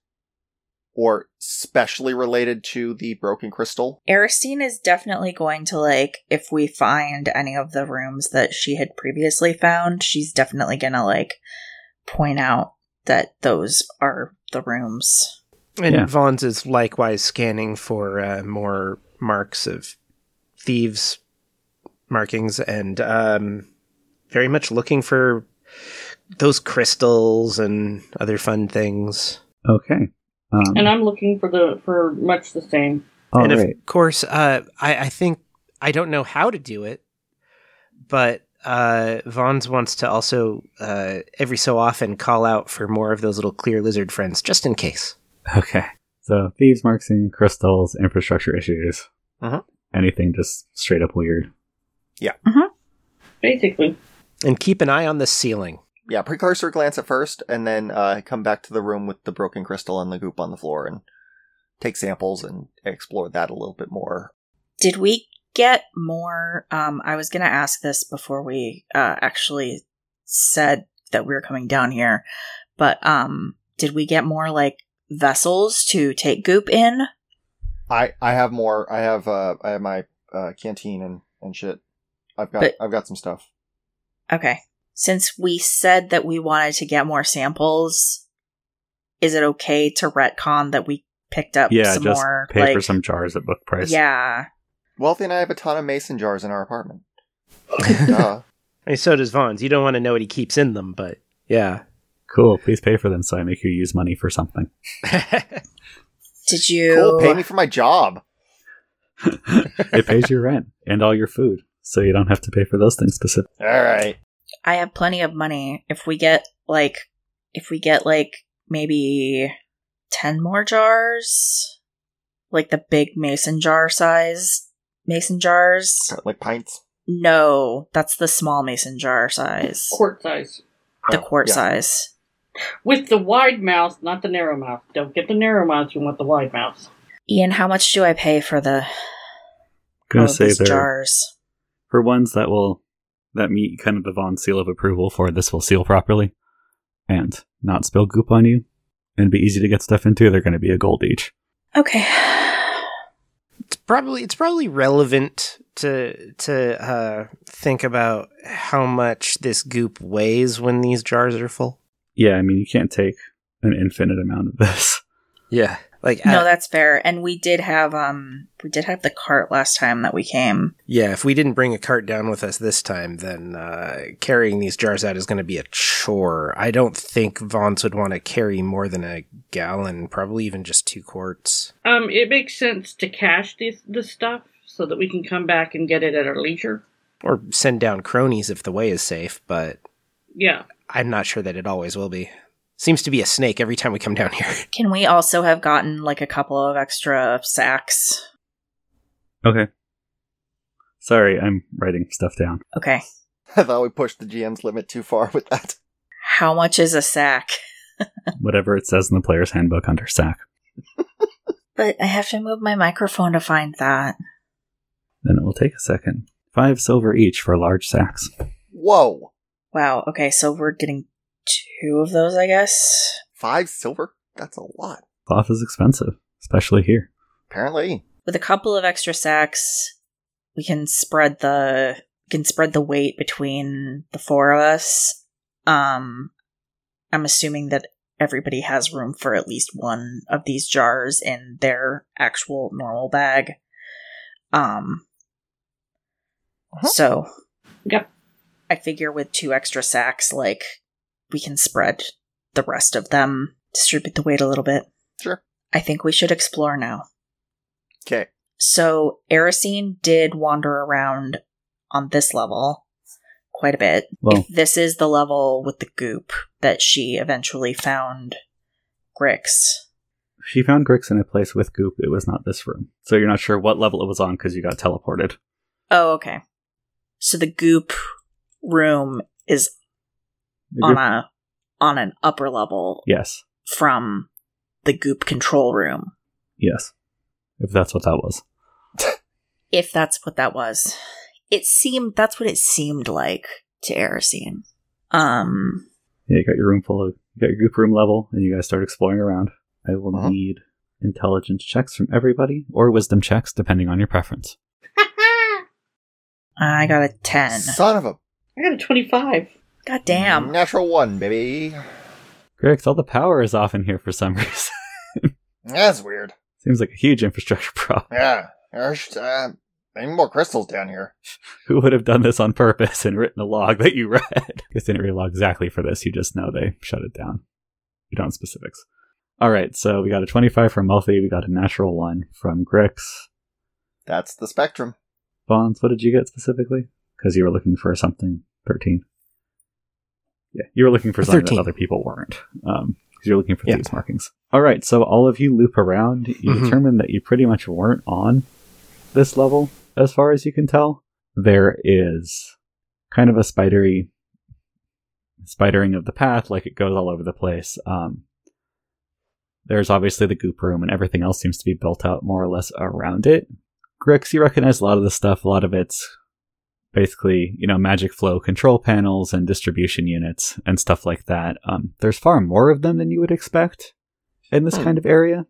Speaker 5: Or specially related to the broken crystal?
Speaker 3: Aristine is definitely going to like if we find any of the rooms that she had previously found, she's definitely going to like point out that those are the rooms.
Speaker 2: And
Speaker 1: Yeah.
Speaker 2: Vaughn's is likewise scanning for uh, more marks of thieves' markings and um, very much looking for those crystals and other fun things.
Speaker 1: Okay. Um,
Speaker 4: And I'm looking for the for much the same.
Speaker 1: all
Speaker 2: and
Speaker 1: right.
Speaker 2: of course, uh, I, I think I don't know how to do it, but uh, Vaughn's wants to also uh, every so often call out for more of those little clear lizard friends just in case.
Speaker 1: Okay. So thieves, marks, and crystals, infrastructure issues. Uh-huh.
Speaker 5: Mhm.
Speaker 1: Anything just straight up weird.
Speaker 4: Basically.
Speaker 2: And keep an eye on
Speaker 1: [LAUGHS]
Speaker 2: the ceiling.
Speaker 5: Yeah, precursor glance at first, and then uh, come back to the room with the broken crystal and the goop on the floor, and take samples and explore that a little bit more.
Speaker 3: Did we get more um I was going to ask this before we uh actually said that we were coming down here, but um did we get more like vessels to take goop in?
Speaker 5: I I have more. I have uh I have my uh canteen and and shit. I've got
Speaker 3: But-
Speaker 5: I've got some stuff.
Speaker 3: Okay. Since we said that we wanted to get more samples, is it okay to retcon that we picked up
Speaker 1: Yeah.
Speaker 3: some
Speaker 1: just
Speaker 3: more
Speaker 1: pay
Speaker 3: like
Speaker 1: for some jars at book price.
Speaker 3: Yeah.
Speaker 5: Wealthy and I have a ton of mason jars in our
Speaker 3: [LAUGHS]
Speaker 5: apartment. Duh.
Speaker 2: I mean, so does Vaughn's. You don't want to know what he keeps in them, but yeah. [LAUGHS]
Speaker 1: Cool. Please pay for them so I make you use money for [LAUGHS] something.
Speaker 3: Did you
Speaker 5: cool. Pay me for my job.
Speaker 1: it pays your rent and all your food, so you don't have to pay for those things specifically.
Speaker 5: All right.
Speaker 3: I have plenty of money. If we get like if we get like maybe 10 more jars, like the big mason jar size mason jars.
Speaker 5: Like pints.
Speaker 3: No, that's the small mason jar size.
Speaker 4: Quart size.
Speaker 3: The
Speaker 5: Oh,
Speaker 3: quart
Speaker 5: [LAUGHS] yeah.
Speaker 3: size.
Speaker 4: With the wide mouth, not the narrow mouth. Don't get the narrow mouth, you want the wide mouth.
Speaker 3: Ian, how much do I pay for the
Speaker 1: Gonna
Speaker 3: all of
Speaker 1: say
Speaker 3: these
Speaker 1: they're
Speaker 3: jars?
Speaker 1: for ones that will that meet kind of the Von seal of approval for this will seal properly and not spill goop on you and be easy to get stuff into. They're going to be a gold each.
Speaker 3: Okay. [SIGHS]
Speaker 2: it's probably it's probably relevant to to uh, think about how much this goop weighs when these jars are full.
Speaker 1: Yeah, I mean you can't take an infinite amount of this. [LAUGHS]
Speaker 2: Yeah, like
Speaker 3: No,
Speaker 2: uh,
Speaker 3: that's fair. And we did have um we did have the cart last time that we came.
Speaker 2: yeah. If we didn't bring a cart down with us this time, then uh, carrying these jars out is going to be a chore. I don't think Vaughn's would want to carry more than a gallon, probably even just two quarts.
Speaker 4: Um, it makes sense to cache this this stuff so that we can come back and get it at our leisure.
Speaker 2: Or send down cronies if the way is safe, but
Speaker 4: Yeah.
Speaker 2: I'm not sure that it always will be. Seems to be a snake every time we come down here. [LAUGHS]
Speaker 3: Can we also have gotten like a couple of extra sacks?
Speaker 1: Okay. Sorry, I'm writing stuff down.
Speaker 3: Okay.
Speaker 5: I thought we pushed the GM's limit too far with that.
Speaker 3: How much is a sack?
Speaker 1: Whatever it says in the player's handbook under sack.
Speaker 3: But I have to move my microphone to find that.
Speaker 1: Then it will take a second. Five silver each for large sacks.
Speaker 5: Whoa.
Speaker 3: Wow. Okay, so we're getting two of those, I guess.
Speaker 5: Five silver? That's a lot.
Speaker 1: Cloth is expensive, especially here.
Speaker 5: Apparently.
Speaker 3: With a couple of extra sacks, we can spread the can spread the weight between the four of us. Um, I'm assuming that everybody has room for at least one of these jars in their actual normal bag. Um,
Speaker 5: Uh-huh.
Speaker 3: so
Speaker 4: Yep.
Speaker 3: I figure with two extra sacks, like we can spread the rest of them, distribute the weight a little bit.
Speaker 5: Sure.
Speaker 3: I think we should explore now.
Speaker 5: Okay.
Speaker 3: So Erisine did wander around on this level quite a bit.
Speaker 1: Well- [LAUGHS]
Speaker 3: if this is the level with the goop that she eventually found Grix.
Speaker 1: She found Grix in a place with goop. It was not this room. So you're not sure what level it was on because you got teleported.
Speaker 3: Oh, okay. So the goop room is
Speaker 1: The
Speaker 3: on
Speaker 1: goop-
Speaker 3: a on an upper level
Speaker 1: yes.
Speaker 3: from the goop control room,
Speaker 1: Yes. If that's what that was.
Speaker 3: if that's what that was. It seemed that's what it seemed like to Erisine. Um
Speaker 1: Yeah, you got your room full of you got your goop room level and you guys start exploring around. I will
Speaker 5: Uh-huh.
Speaker 1: need intelligence checks from everybody or wisdom checks depending on your preference.
Speaker 4: I
Speaker 3: I got a ten.
Speaker 5: Son of a
Speaker 4: got a 25.
Speaker 3: God damn.
Speaker 5: natural one, baby.
Speaker 1: Grix, all the power is off in here for some [LAUGHS] reason.
Speaker 5: That's weird.
Speaker 1: Seems like a huge infrastructure [LAUGHS] problem.
Speaker 5: Yeah. There's uh, I need more crystals down here.
Speaker 1: Who would have done this on purpose and written a log that you read? [LAUGHS] I guess they didn't read a log exactly for this. You just know they shut it down. You don't have specifics. All right, so we got a 25 from Melfi. We got a natural one from Grix.
Speaker 5: That's the spectrum.
Speaker 1: Bonds, what did you get specifically? Because you were looking for something. 13. Yeah, you were looking for something
Speaker 2: 13.
Speaker 1: that other people weren't. Um, Because you're looking for
Speaker 2: Yeah.
Speaker 1: these markings. All right, so all of you loop around. You
Speaker 2: Mhm.
Speaker 1: determine that you pretty much weren't on this level, as far as you can tell. There is kind of a spidery spidering of the path, like it goes all over the place. Um, there's obviously the goop room, and everything else seems to be built out more or less around it. Grix, you recognize a lot of this stuff. A lot of it's basically, you know, magic flow control panels and distribution units and stuff like that. Um, there's far more of them than you would expect in this
Speaker 5: Hmm.
Speaker 1: kind of area.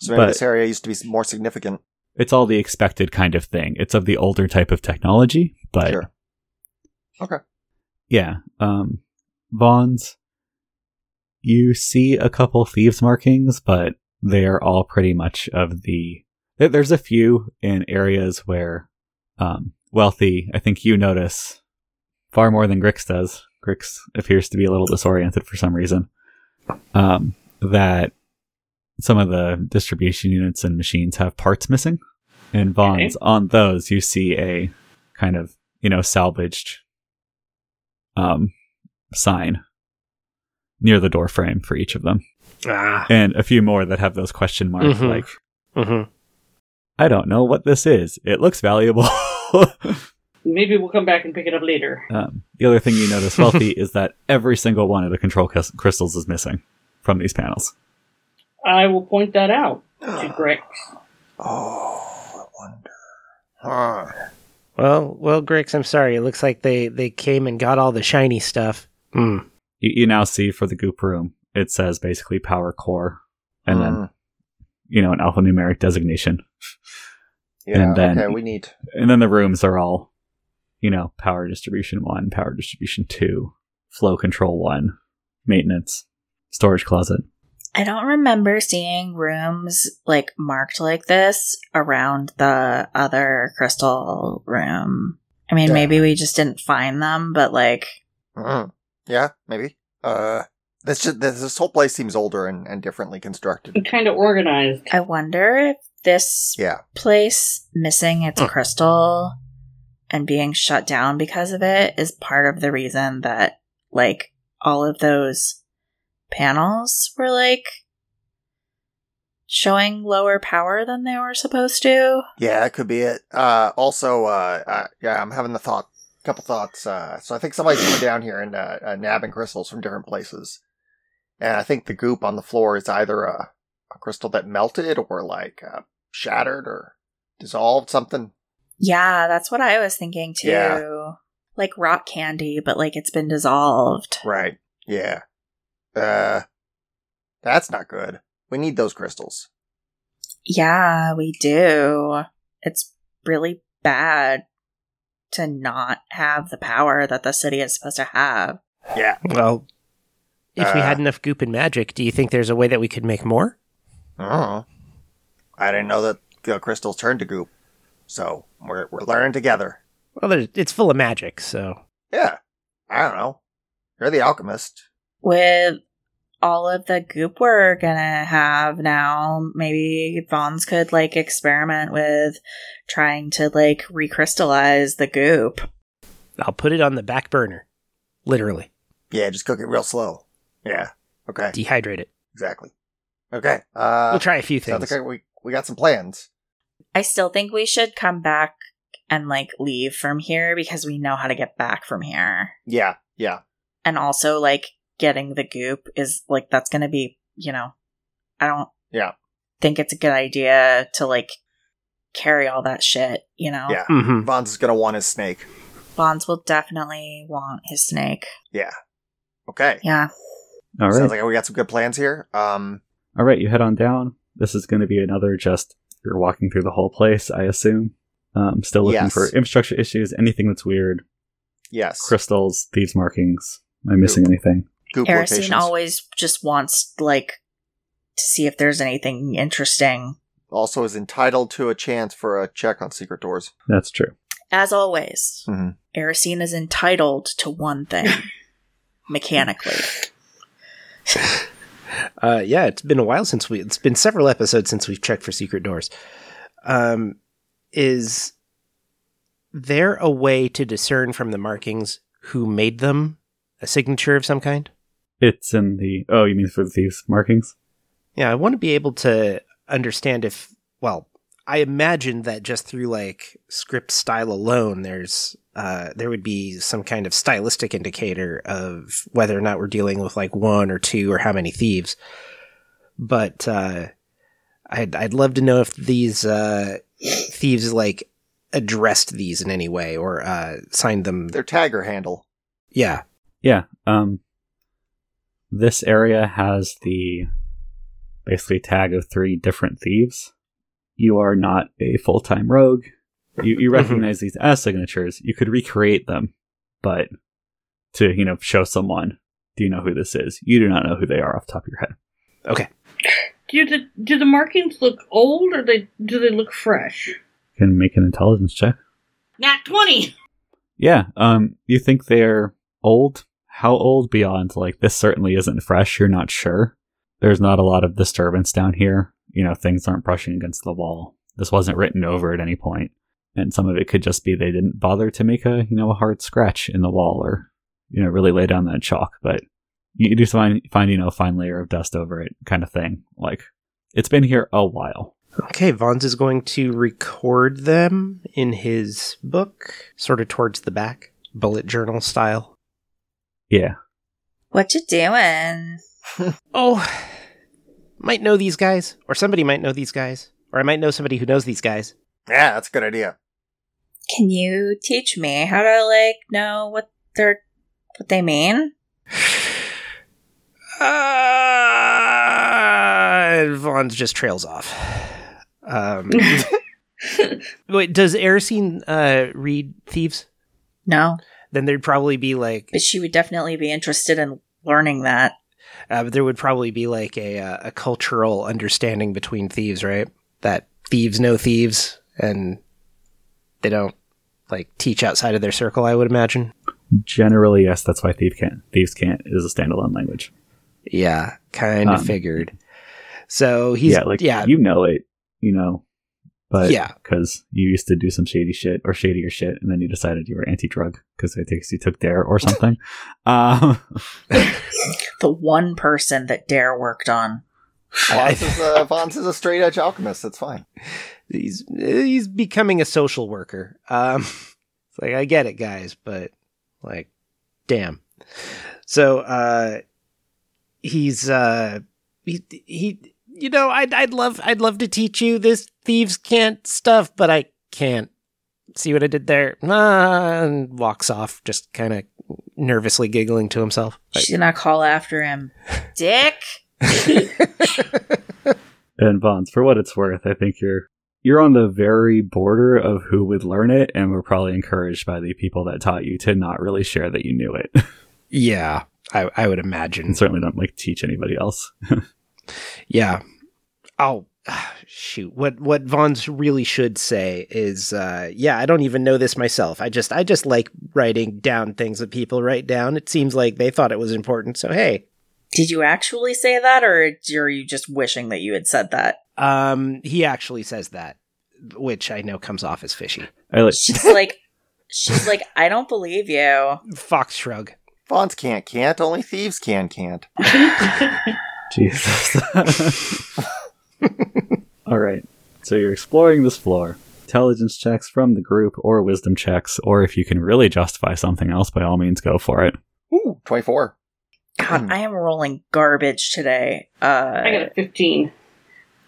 Speaker 5: So maybe
Speaker 1: But-
Speaker 5: this area used to be more significant.
Speaker 1: It's all the expected kind of thing. It's of the older type of technology, but
Speaker 5: Sure.
Speaker 1: yeah. Um, Vaughn's, you see a couple thieves' markings, but they are all pretty much of the. there- There's a few in areas where um, wealthy, I think you notice far more than Grix does. Grix appears to be a little disoriented for some reason. Um, that some of the distribution units and machines have parts missing. And Vaughn's on those, you see a kind of, you know, salvaged um, sign near the door frame for each of them,
Speaker 2: Ah.
Speaker 1: and a few more that have those question marks
Speaker 2: Mhm.
Speaker 1: like,
Speaker 2: Mm-hmm.
Speaker 1: I don't know what this is. It looks valuable. [LAUGHS]
Speaker 4: Maybe we'll come back and pick it up later.
Speaker 1: um, the other thing you notice, Wealthy, is that every single one of the control crys- crystals is missing from these panels.
Speaker 4: I will point that out to Greg.
Speaker 5: Ah. Oh, I wonder. Huh.
Speaker 2: Well, well, Grix, I'm sorry. It looks like they they came and got all the shiny stuff. Mm.
Speaker 1: You, you now see for the goop room, it says basically power core, and then,
Speaker 5: Mm,
Speaker 1: you know, an alphanumeric designation.
Speaker 5: yeah,
Speaker 1: and then-
Speaker 5: okay, we need
Speaker 1: and then the rooms are all you know power distribution one power distribution two flow control one maintenance storage closet
Speaker 3: I don't remember seeing rooms like marked like this around the other crystal room. I mean,
Speaker 5: Yeah.
Speaker 3: maybe we just didn't find them, but like,
Speaker 5: Mm. Yeah, maybe. Uh, this just this, this whole place seems older and, and differently constructed.
Speaker 4: Kind of organized.
Speaker 3: I wonder if this
Speaker 5: Yeah.
Speaker 3: place missing its
Speaker 2: Mm.
Speaker 3: crystal and being shut down because of it is part of the reason that like all of those panels were like showing lower power than they were supposed to.
Speaker 5: Yeah, that could be it. Uh, also, uh, uh, yeah, I'm having the thought couple thoughts. Uh, so I think somebody's coming down here and uh, uh, nabbing crystals from different places, and I think the goop on the floor is either a, a crystal that melted or like uh, shattered or dissolved something.
Speaker 3: Yeah, that's what I was thinking too.
Speaker 5: Yeah.
Speaker 3: Like rock candy, but like it's been dissolved.
Speaker 5: Right. Yeah. Uh, that's not good. We need those crystals.
Speaker 3: Yeah, we do. It's really bad to not have the power that the city is supposed to have.
Speaker 5: Yeah.
Speaker 2: Well, if we
Speaker 5: Uh,
Speaker 2: had enough goop and magic, do you think there's a way that we could make more?
Speaker 5: Oh. I didn't know that the crystals turned to goop. So we're we're learning together.
Speaker 2: Well, there's, it's full of magic, so
Speaker 5: Yeah. I don't know. You're the alchemist.
Speaker 3: With all of the goop we're gonna have now, maybe Vaughn's could like experiment with trying to like recrystallize the goop.
Speaker 2: I'll put it on the back burner. Literally.
Speaker 5: Yeah, just cook it real slow. Yeah. Okay.
Speaker 2: Dehydrate it.
Speaker 5: Exactly. Okay. Uh
Speaker 2: we'll try a few
Speaker 5: sounds
Speaker 2: things.
Speaker 5: like we we got some plans.
Speaker 3: I still think we should come back and like leave from here because we know how to get back from here.
Speaker 5: Yeah. Yeah.
Speaker 3: And also like getting the goop is like that's going to be, you know, I don't
Speaker 5: Yeah.
Speaker 3: think it's a good idea to like carry all that shit, you know.
Speaker 5: Yeah.
Speaker 2: Mhm.
Speaker 5: Vaughn's is gonna want his snake.
Speaker 3: Bonds will definitely want his snake.
Speaker 5: Yeah. Okay.
Speaker 3: Yeah.
Speaker 1: All right.
Speaker 5: Sounds like we got some good plans here. Um
Speaker 1: All right, you head on down. This is going to be another just you're walking through the whole place, I assume. Um, still looking
Speaker 5: Yes.
Speaker 1: for infrastructure issues, anything that's weird,
Speaker 5: yes.
Speaker 1: crystals, thieves' markings. Am I missing
Speaker 5: Nope.
Speaker 1: anything?
Speaker 5: Goop
Speaker 3: Aracene
Speaker 5: locations.
Speaker 3: always just wants like to see if there's anything interesting.
Speaker 5: also is entitled to a chance for a check on secret doors.
Speaker 1: That's true.
Speaker 3: As always,
Speaker 5: Mhm.
Speaker 3: Aracene is entitled to one
Speaker 5: [LAUGHS]
Speaker 3: thing mechanically.
Speaker 2: Uh, yeah, it's been a while since we. It's been several episodes since we've checked for secret doors. Um, is there a way to discern from the markings who made them? A signature of some kind?
Speaker 1: It's in the oh, you mean for the thieves' markings?
Speaker 2: Yeah, I want to be able to understand if. Well, I imagine that just through like script style alone, there's uh, there would be some kind of stylistic indicator of whether or not we're dealing with like one or two or how many thieves. But uh, I'd I'd love to know if these uh, thieves like addressed these in any way or uh, signed them.
Speaker 5: Their tagger handle.
Speaker 2: Yeah,
Speaker 1: Yeah. Um, this area has the basically tag of three different thieves. You are not a full time rogue. You you recognize these as signatures. You could recreate them, but to you know show someone, do you know who this is? You do not know who they are off the top of your head.
Speaker 4: Do the do the markings look old or they do they look fresh?
Speaker 1: Can make an intelligence check.
Speaker 4: Nat [LAUGHS] twenty.
Speaker 1: Yeah. Um. You think they're old? How old beyond like this? Certainly isn't fresh. You're not sure. There's not a lot of disturbance down here. You know, things aren't brushing against the wall. This wasn't written over at any point, and some of it could just be they didn't bother to make a you know a hard scratch in the wall or you know really lay down that chalk. But you do find find you know a fine layer of dust over it, kind of thing. Like it's been here a while.
Speaker 2: Okay, Vons is going to record them in his book, sort of towards the back, bullet journal style.
Speaker 1: Yeah.
Speaker 3: What you doing?
Speaker 2: Oh, might know these guys, or somebody might know these guys, or I might know somebody who knows these guys.
Speaker 5: Yeah, that's a good idea.
Speaker 3: Can you teach me how to like know what they're what they mean?
Speaker 2: Uh, Vons just trails off.
Speaker 4: [LAUGHS]
Speaker 2: Um, wait, does Erisine uh, read thieves?
Speaker 3: No,
Speaker 2: Then there'd probably be like
Speaker 3: but she would definitely be interested in learning that.
Speaker 2: Uh, but there would probably be like a uh, a cultural understanding between thieves, right? That thieves know thieves, and they don't like teach outside of their circle. I would imagine.
Speaker 1: Generally, yes. That's why thieves can't. Thieves can't is a standalone language.
Speaker 2: Yeah, kind
Speaker 1: Um,
Speaker 2: of figured. So he's
Speaker 1: yeah, like
Speaker 2: yeah,
Speaker 1: you know it, you know, but
Speaker 2: yeah,
Speaker 1: because you used to do some shady shit or shadier shit, and then you decided you were anti-drug because I think you took dare or
Speaker 2: [LAUGHS]
Speaker 1: something. um,
Speaker 3: The one person that Dare worked on.
Speaker 2: I-
Speaker 5: Vons is, a, Vons is a straight edge alchemist. It's fine.
Speaker 2: he's he's becoming a social worker. Um, [LAUGHS]
Speaker 1: it's
Speaker 2: It's like I get it, guys, but like, damn. So uh, he's uh, he he. You know, I'd I'd love I'd love to teach you this thieves can't stuff, but I can't. See what I did there? Ah, and walks off, just kind of nervously giggling to himself. Like,
Speaker 3: She's gonna call after him, Dick.
Speaker 1: And Vons, for what it's worth, I think you're you're on the very border of who would learn it, and we're probably encouraged by the people that taught you to not really share that you knew it,
Speaker 2: yeah, I I would imagine.
Speaker 1: and certainly don't like teach anybody else.
Speaker 2: Yeah. Oh, [SIGHS] shoot. What what Vaughn's really should say is, uh, yeah, I don't even know this myself. I just I just like writing down things that people write down. It seems like they thought it was important. So hey,
Speaker 3: Did you actually say that, or are you just wishing that you had said that?
Speaker 2: um, he actually says that, which I know comes off as fishy.
Speaker 1: I like
Speaker 3: She's like, she's like, I don't believe you.
Speaker 2: Fox shrug.
Speaker 5: Fonts can't can't, only thieves can can't.
Speaker 1: Jesus. [LAUGHS] All right. So you're exploring this floor. Intelligence checks from the group, or wisdom checks, or if you can really justify something else, by all means, go for it.
Speaker 5: Ooh, 24. Hmm.
Speaker 3: God, I am rolling garbage today. Uh,
Speaker 4: I got a 15.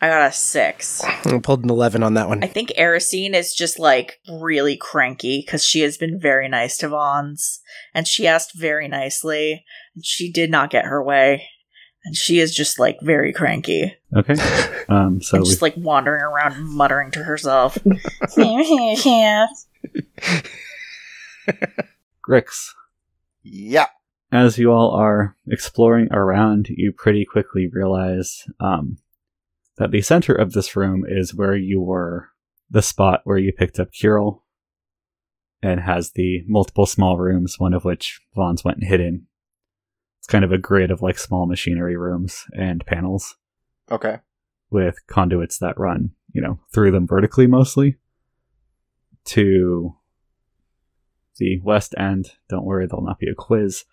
Speaker 3: I got a six.
Speaker 2: I pulled an eleven on that one.
Speaker 3: I think Aristine is just like really cranky because she has been very nice to Vaughn's and she asked very nicely and she did not get her way. And she is just like very cranky
Speaker 1: Okay. Um, so
Speaker 3: and
Speaker 1: we
Speaker 3: just like wandering around muttering
Speaker 1: [LAUGHS]
Speaker 3: to herself. [LAUGHS] yeah.
Speaker 1: Grix,
Speaker 5: Yeah.
Speaker 1: as you all are exploring around, you pretty quickly realize um, that the center of this room is where you were, the spot where you picked up Kirill, and has the multiple small rooms, one of which Vaughn's went and hid in. It's kind of a grid of like small machinery rooms and panels
Speaker 5: Okay.
Speaker 1: with conduits that run, you know, through them vertically mostly to the west end. Don't worry, there'll not be a quiz.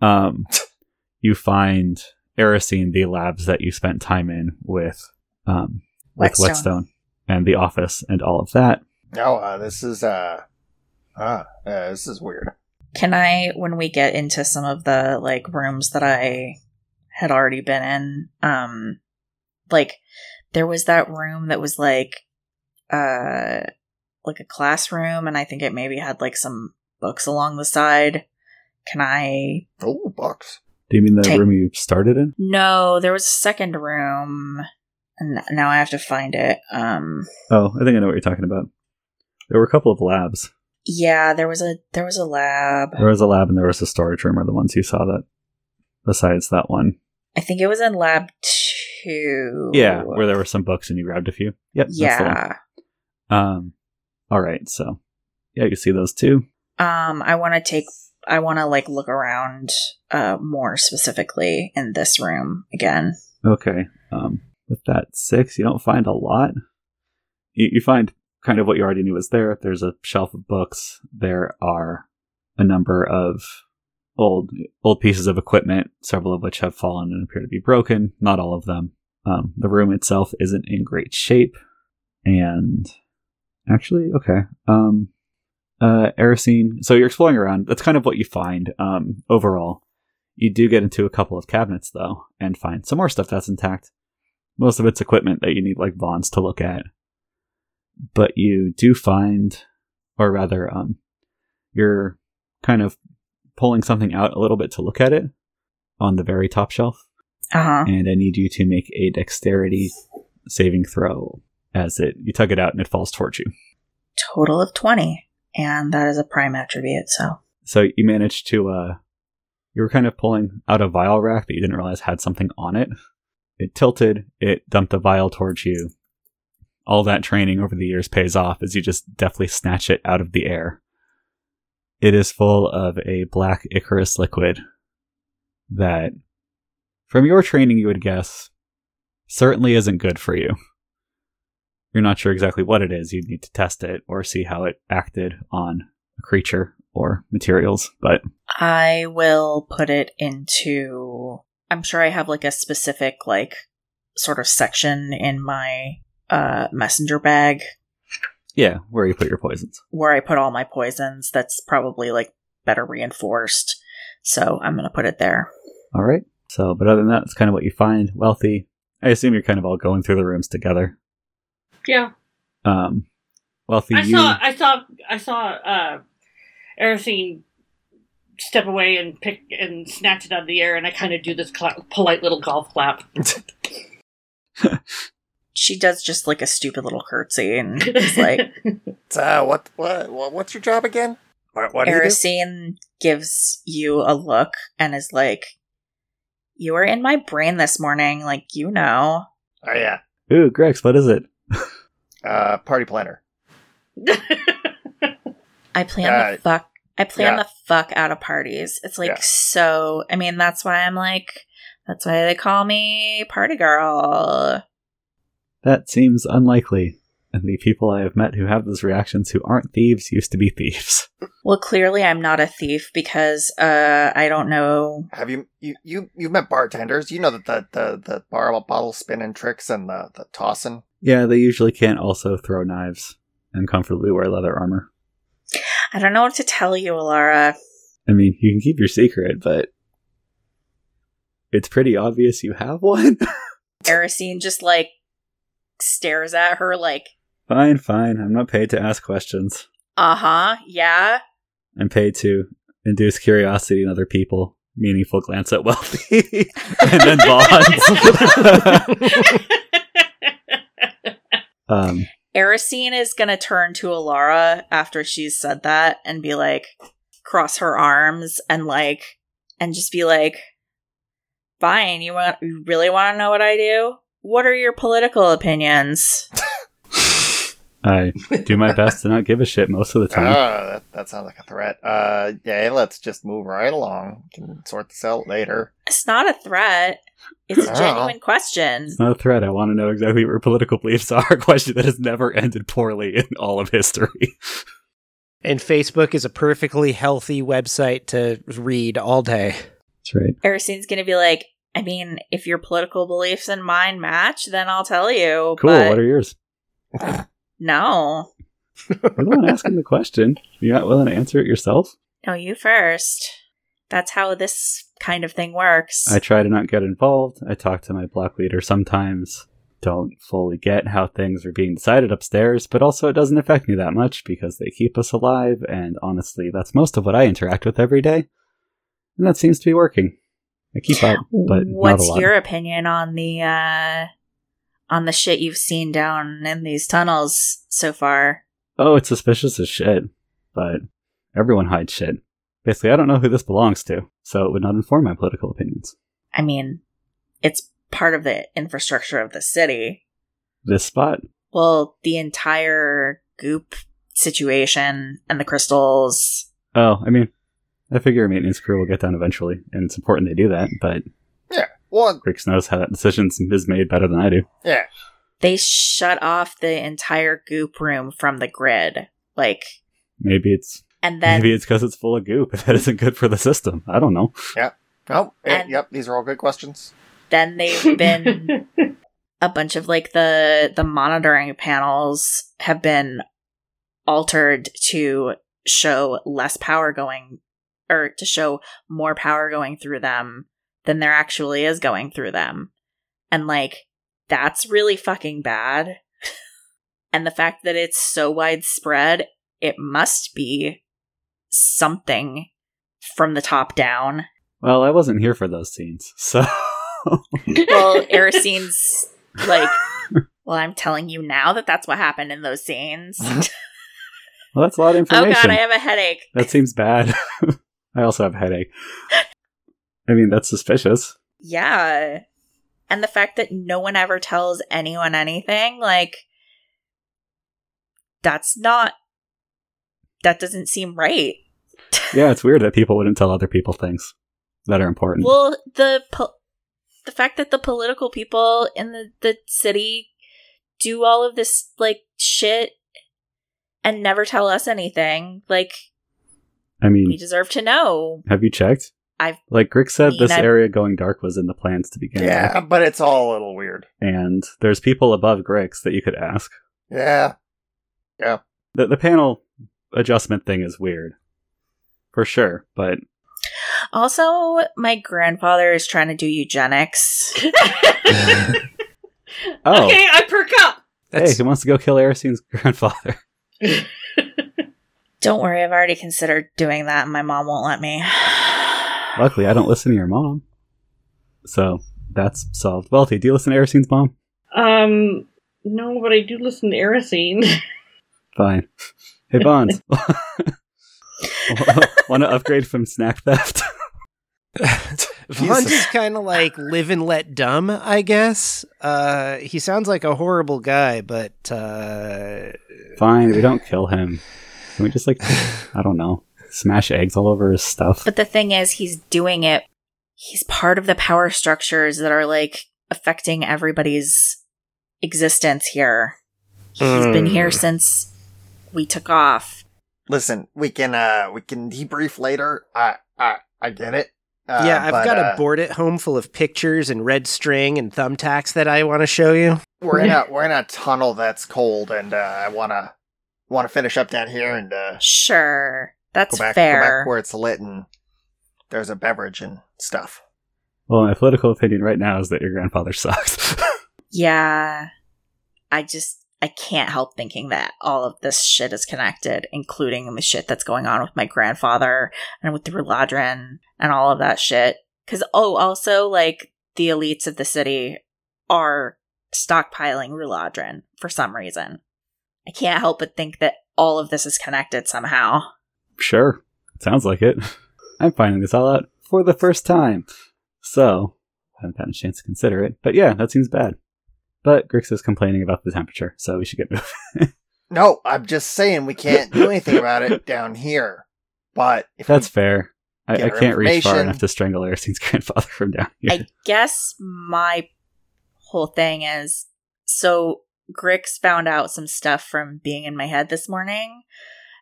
Speaker 1: Um, [LAUGHS] you find Erisine, the labs that you spent time in with, um, with
Speaker 3: Whetstone.
Speaker 1: Whetstone and the office and all of that.
Speaker 5: Oh, uh, this is, uh, ah, uh, this is weird.
Speaker 3: Can I, when we get into some of the like rooms that I had already been in, um, like there was that room that was like, uh, like a classroom, and I think it maybe had like some books along the side. Can I?
Speaker 5: Oh, bucks.
Speaker 1: Do you mean the
Speaker 3: Take-
Speaker 1: room you started in?
Speaker 3: No, there was a second room, and now I have to find it. Um,
Speaker 1: Oh, I think I know what you're talking about. There were a couple of labs.
Speaker 3: yeah, there was a there was a lab.
Speaker 1: There was a lab and there was a storage room, are the ones you saw that. Besides that one,
Speaker 3: I think it was in lab two.
Speaker 1: yeah, where there were some books and you grabbed a few. Yep, that's the one.
Speaker 3: yeah.
Speaker 1: Um, all right, so yeah, you see those two.
Speaker 3: um i want to take i want to like look around uh more specifically in this room again
Speaker 1: Okay. Um, with that six, you don't find a lot. You, you find kind of what you already knew was there. There's a shelf of books. There are a number of old old pieces of equipment, several of which have fallen and appear to be broken. Not all of them. Um, the room itself isn't in great shape, and actually, okay. Um, uh, Erisine. So you're exploring around. That's kind of what you find. Um, overall, you do get into a couple of cabinets though, and find some more stuff that's intact. Most of it's equipment that you need like Vaughn's to look at. But you do find, or rather, um, you're kind of pulling something out a little bit to look at it on the very top shelf,
Speaker 3: uh-huh
Speaker 1: and I need you to make a dexterity saving throw as it you tug it out and it falls towards you.
Speaker 3: total of 20 and that is a prime attribute so
Speaker 1: So you managed to uh you were kind of pulling out a vial rack that you didn't realize had something on it. It tilted, it dumped a vial towards you. All that training over the years pays off as you just deftly snatch it out of the air. It is full of a black Icarus liquid that from your training you would guess certainly isn't good for you. You're not sure exactly what it is. You'd need to test it or see how it acted on a creature or materials, but
Speaker 3: i will put it into i'm sure i have like a specific like sort of section in my uh messenger bag
Speaker 1: Yeah, where you put your poisons.
Speaker 3: where I put all my poisons. That's probably like better reinforced. So I'm going to put it there.
Speaker 1: All right. So, but other than that, it's kind of what you find. Wealthy. I assume you're kind of all going through the rooms together.
Speaker 4: Yeah.
Speaker 1: Um, wealthy.
Speaker 4: I
Speaker 1: you,
Speaker 4: saw I saw I saw uh Erosine step away and pick and snatch it out of the air and I kind of do this cla- polite little golf clap.
Speaker 3: She does just like a stupid little curtsy and it's like
Speaker 4: [LAUGHS]
Speaker 5: So uh, what, what what what's your job again? What, what do you do?
Speaker 3: Erisine gives you a look and is like, You were in my brain this morning. Like, you know.
Speaker 5: Oh yeah,
Speaker 1: Ooh, Grex, what is it?
Speaker 5: uh, party planner.
Speaker 3: I plan
Speaker 5: Yeah.
Speaker 3: the fuck. I plan
Speaker 5: Yeah.
Speaker 3: the fuck out of parties. It's like
Speaker 5: Yeah.
Speaker 3: so. I mean, that's why I'm like. That's why they call me party girl.
Speaker 1: That seems unlikely. And the people I have met who have those reactions who aren't thieves used to be thieves. [LAUGHS]
Speaker 3: Well, clearly I'm not a thief because uh, I don't know.
Speaker 5: Have you you you you've met bartenders? You know that the the the bar bottle spinning tricks and the the tossing.
Speaker 1: Yeah, they usually can't also throw knives and comfortably wear leather armor.
Speaker 3: I don't know what to tell you, Alara.
Speaker 1: I mean, you can keep your secret, but it's pretty obvious you have [LAUGHS] one.
Speaker 3: Erisine just like stares at her like,
Speaker 1: fine, fine. I'm not paid to ask questions.
Speaker 3: uh huh, yeah.
Speaker 1: I'm paid to induce curiosity in other people, meaningful glance at wealthy, [LAUGHS] and then bonds.
Speaker 4: [LAUGHS]
Speaker 1: um,
Speaker 3: Erisine is gonna turn to Alara after she's said that and be like, cross her arms and like, and just be like, fine, you want, you really want to know what I do? What are your political opinions?
Speaker 1: I do my best to not give a shit most of the time.
Speaker 5: Ah, that, that sounds like a threat. Uh, yeah, let's just move right along. We can sort this out later.
Speaker 3: It's not a threat. It's a
Speaker 5: Oh.
Speaker 3: genuine question.
Speaker 1: It's not a threat. I want to know exactly what your political beliefs are. [LAUGHS] A question that has never ended poorly in all of history.
Speaker 2: And Facebook is a perfectly healthy website to read all day.
Speaker 1: That's right.
Speaker 3: Erisine's gonna be like, I mean, if your political beliefs and mine match, then I'll tell you.
Speaker 1: Cool.
Speaker 3: but
Speaker 1: What are yours?
Speaker 3: no,
Speaker 1: You're the one asking the question. You're not willing to answer it yourself.
Speaker 3: no, you first. That's how this kind of thing works.
Speaker 1: I try to not get involved. I talk to my block leader sometimes. Don't fully get how things are being decided upstairs, but also it doesn't affect me that much because they keep us alive, and honestly, that's most of what I interact with every day. And that seems to be working. I keep up, but
Speaker 3: What's
Speaker 1: not a lot.
Speaker 3: your opinion on the uh on the shit you've seen down in these tunnels so far?
Speaker 1: Oh, it's suspicious as shit, but everyone hides shit. Basically, I don't know who this belongs to, so it would not inform my political opinions.
Speaker 3: I mean, it's part of the infrastructure of the city.
Speaker 1: This spot,
Speaker 3: Well, the entire goop situation and the crystals.
Speaker 1: oh, I mean, I figure a maintenance crew will get down eventually, and it's important they do that, but
Speaker 5: Well,
Speaker 1: Grix knows how that decision is made better than I do.
Speaker 5: yeah,
Speaker 3: they shut off the entire goop room from the grid like
Speaker 1: Maybe it's
Speaker 3: and then
Speaker 1: maybe it's because it's full of goop [LAUGHS] that isn't good for the system. I don't know.
Speaker 5: no, eh,
Speaker 3: And-
Speaker 5: yep. These are all good questions.
Speaker 3: then they've
Speaker 1: [LAUGHS]
Speaker 3: been a bunch of like the the monitoring panels have been altered to show less power going or to show more power going through them than there actually is going through them and like that's really fucking bad [LAUGHS] and the fact that it's so widespread it must be something from the top down
Speaker 1: Well, I wasn't here for those scenes, [LAUGHS] so
Speaker 4: [LAUGHS]
Speaker 3: well erisine's like Well, I'm telling you now that that's what happened in those scenes. [LAUGHS] oh
Speaker 1: well, that's a lot of information.
Speaker 3: god, I have a headache.
Speaker 1: that seems bad. [LAUGHS] I also have a headache. I mean, that's suspicious.
Speaker 3: Yeah. And the fact that no one ever tells anyone anything, like that's not that doesn't seem right.
Speaker 1: Yeah, it's weird that people wouldn't tell other people things that are important.
Speaker 3: Well, the po- the fact that the political people in the, the city do all of this like shit and never tell us anything, like
Speaker 1: I
Speaker 3: we
Speaker 1: mean,
Speaker 3: deserve to know.
Speaker 1: have you checked?
Speaker 3: I've-
Speaker 1: like Grix said,
Speaker 3: I mean,
Speaker 1: this
Speaker 3: I've-
Speaker 1: area going dark was in the plans to begin
Speaker 5: Yeah,
Speaker 1: with,
Speaker 5: but it's all a little weird.
Speaker 1: and there's people above Grix that you could ask.
Speaker 5: Yeah, Yeah.
Speaker 1: The the panel adjustment thing is weird. For sure, but
Speaker 3: Also, my grandfather is trying to do eugenics.
Speaker 1: [LAUGHS] Oh.
Speaker 4: Okay, I perk up.
Speaker 1: hey, who wants to go kill Aristine's [LAUGHS] grandfather?
Speaker 3: Don't worry, I've already considered doing that, and my mom won't let me. [SIGHS]
Speaker 1: Luckily, I don't listen to your mom. So that's solved. Wealthy, do you listen to Aristine's mom?
Speaker 4: Um, no, but I do listen to Erosine.
Speaker 1: Fine. Hey, Bonds. [LAUGHS] Want to upgrade from snack theft?
Speaker 2: Hunt is kind of like live and let dumb, I guess. Uh, he sounds like a horrible guy, but uh,
Speaker 1: Fine, we don't kill him. Can we just, like, I don't know, smash eggs all over his stuff?
Speaker 3: But the thing is, he's doing it. He's part of the power structures that are like affecting everybody's existence here. He's been
Speaker 2: Mm.
Speaker 3: here
Speaker 5: Hmm.
Speaker 3: since we took off.
Speaker 5: Listen, we can uh we can debrief later. I I I get it. Uh,
Speaker 2: yeah, I've
Speaker 5: but,
Speaker 2: got
Speaker 5: uh,
Speaker 2: a board at home full of pictures and red string and thumbtacks that I want to show you.
Speaker 5: We're in a we're in a tunnel that's cold, and uh, I wanna wanna finish up down here and uh,
Speaker 3: Sure. That's
Speaker 5: go back go
Speaker 3: fair.
Speaker 5: back where it's lit and there's a beverage and stuff.
Speaker 1: Well, my political opinion right now is that your grandfather sucks. [LAUGHS]
Speaker 3: yeah. I just I can't help thinking that all of this shit is connected, including the shit that's going on with my grandfather and with the Ruladrin and all of that shit. Cause oh also like the elites of the city are stockpiling Ruladrin for some reason. I can't help but think that all of this is connected somehow.
Speaker 1: Sure. Sounds like it. [LAUGHS] I'm finding this all out for the first time. So, haven't gotten a chance to consider it. But yeah, that seems bad. But Grix is complaining about the temperature, so we should get
Speaker 5: [LAUGHS]
Speaker 1: moving.
Speaker 5: No, I'm just saying we can't do anything about it down here. But if
Speaker 1: That's
Speaker 5: we,
Speaker 1: fair. I,
Speaker 5: Get
Speaker 1: I
Speaker 5: our
Speaker 1: can't reach far
Speaker 5: information.
Speaker 1: enough to strangle Aristine's [LAUGHS] grandfather from down here.
Speaker 3: I guess my whole thing is so Grix found out some stuff from being in my head this morning,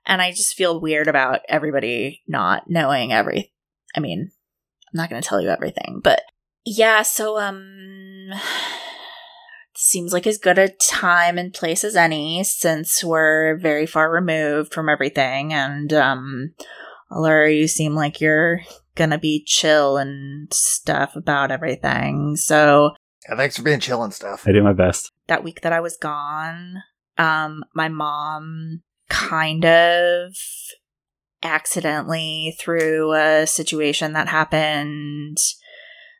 Speaker 3: and I just feel weird about everybody not knowing every. I mean, I'm not going to tell you everything, but yeah. So um, [SIGHS] seems like as good a time and place as any since we're very far removed from everything, and um, Allura, you seem like you're gonna be chill and stuff about everything. So
Speaker 5: Yeah, thanks for being chill and stuff.
Speaker 1: I do my best.
Speaker 3: that week that I was gone, um, my mom kind of accidentally through a situation that happened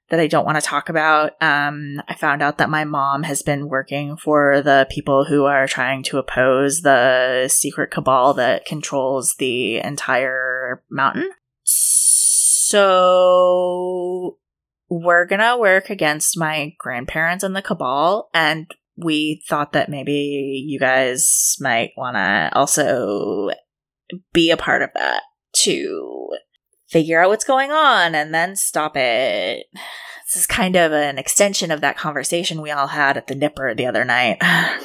Speaker 3: that I don't want to talk about. Um, I found out that my mom has been working for the people who are trying to oppose the secret cabal that controls the entire mountain. So we're gonna work against my grandparents and the cabal and we thought that maybe you guys might wanna also be a part of that to figure out what's going on and then stop it. This is kind of an extension of that conversation we all had at the Nipper the other night. [SIGHS]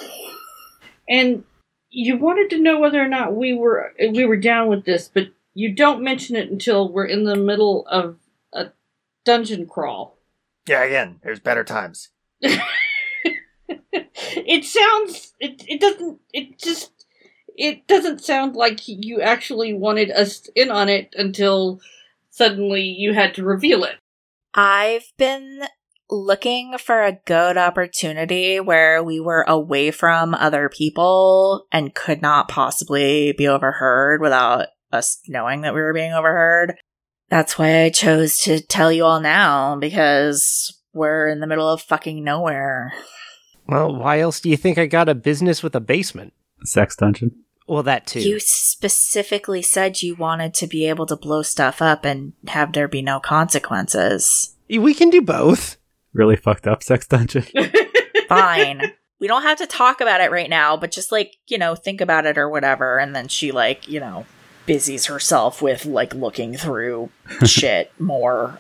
Speaker 4: And you wanted to know whether or not we were we were down with this, but you don't mention it until we're in the middle of a dungeon crawl.
Speaker 5: Yeah, again, there's better times.
Speaker 4: [LAUGHS] it sounds it it doesn't it just it doesn't sound like you actually wanted us in on it until suddenly you had to reveal it. [LAUGHS]
Speaker 3: I've been looking for a good opportunity where we were away from other people and could not possibly be overheard without us knowing that we were being overheard. That's why I chose to tell you all now because we're in the middle of fucking nowhere.
Speaker 2: Well, why else do you think I got a business with a basement?
Speaker 1: Sex dungeon.
Speaker 2: Well, that too.
Speaker 3: You specifically said you wanted to be able to blow stuff up and have there be no consequences.
Speaker 2: we can do both.
Speaker 1: Really fucked up sex dungeon. [LAUGHS]
Speaker 3: fine. We don't have to talk about it right now, but just like, you know, think about it or whatever. And then she, like, you know, busies herself with like looking through shit more.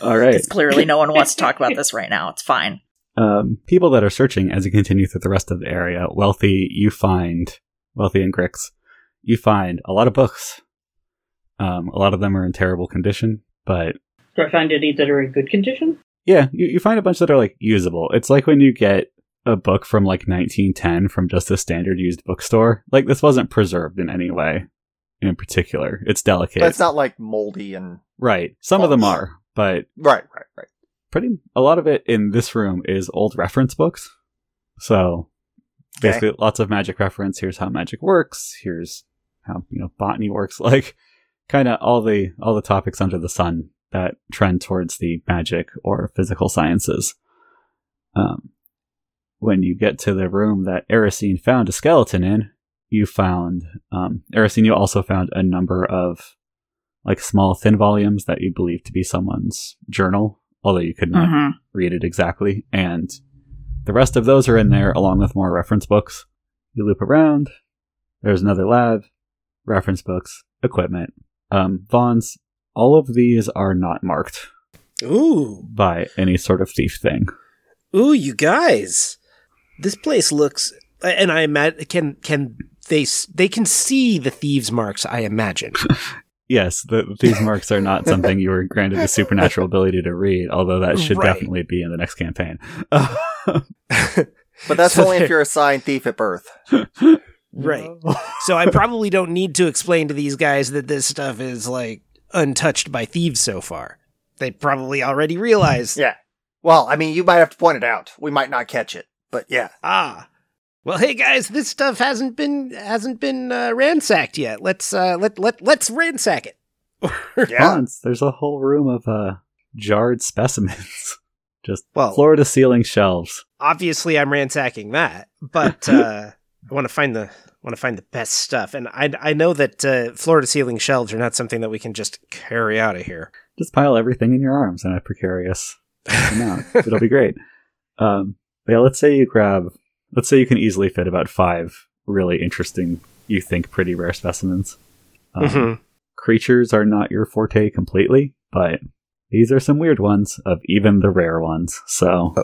Speaker 1: All right.
Speaker 3: Because clearly no one wants to talk about this right now. It's fine.
Speaker 1: Um, people that are searching as you continue through the rest of the area, wealthy, you find wealthy and Grix, you find a lot of books. Um, a lot of them are in terrible condition, but
Speaker 4: Do I find any that are in good condition?
Speaker 1: yeah, you, you find a bunch that are like usable. It's like when you get a book from like 1910 from just a standard used bookstore. Like this wasn't preserved in any way in particular. It's delicate.
Speaker 5: But it's not like moldy and
Speaker 1: right. Some of them are, but
Speaker 5: right, right, right.
Speaker 1: pretty a lot of it in this room is old reference books. So
Speaker 5: Okay.
Speaker 1: basically lots of magic reference. Here's how magic works. Here's how you know botany works. [LAUGHS] Like kind of all the all the topics under the sun that trend towards the magic or physical sciences. Um, when you get to the room that Erisine found a skeleton in, you found um, Erisine. You also found a number of like small thin volumes that you believe to be someone's journal, although you could not
Speaker 3: Mhm.
Speaker 1: read it exactly. And the rest of those are in there along with more reference books. You loop around. There's another lab, reference books, equipment. Um, Vaughn's, all of these are not marked
Speaker 2: Ooh,
Speaker 1: by any sort of thief thing.
Speaker 2: ooh, you guys! This place looks, and I imagine can can they s- they can see the thieves' marks. I imagine.
Speaker 1: Yes, the,
Speaker 2: [LAUGHS]
Speaker 1: these marks are not something you were granted the supernatural ability to read, although that should
Speaker 2: Right.
Speaker 1: definitely be in the next campaign. [LAUGHS]
Speaker 5: But that's
Speaker 2: So
Speaker 5: only if
Speaker 2: there-
Speaker 5: you're a sign thief at birth.
Speaker 2: right. So I probably don't need to explain to these guys that this stuff is like untouched by thieves so far. They probably already realize.
Speaker 5: Yeah. Well, I mean, you might have to point it out. We might not catch it, but
Speaker 1: [LAUGHS]
Speaker 5: yeah.
Speaker 2: Ah. Well, hey guys, this stuff hasn't been hasn't been uh, ransacked yet. Let's uh, let let let's ransack it.
Speaker 5: Yeah.
Speaker 1: Vaughn's, there's a whole room of uh, jarred specimens, just
Speaker 2: Well,
Speaker 1: floor to ceiling shelves.
Speaker 2: obviously I'm ransacking that, but uh, I want to find the want to find the best stuff, and I I know that uh, floor to ceiling shelves are not something that we can just carry out of here.
Speaker 1: just pile everything in your arms in a precarious amount. It'll be great. Um, but yeah, let's say you grab, let's say you can easily fit about five really interesting, you think pretty rare specimens. Um,
Speaker 2: Mhm.
Speaker 1: Creatures are not your forte completely, but these are some weird ones of even the rare ones. So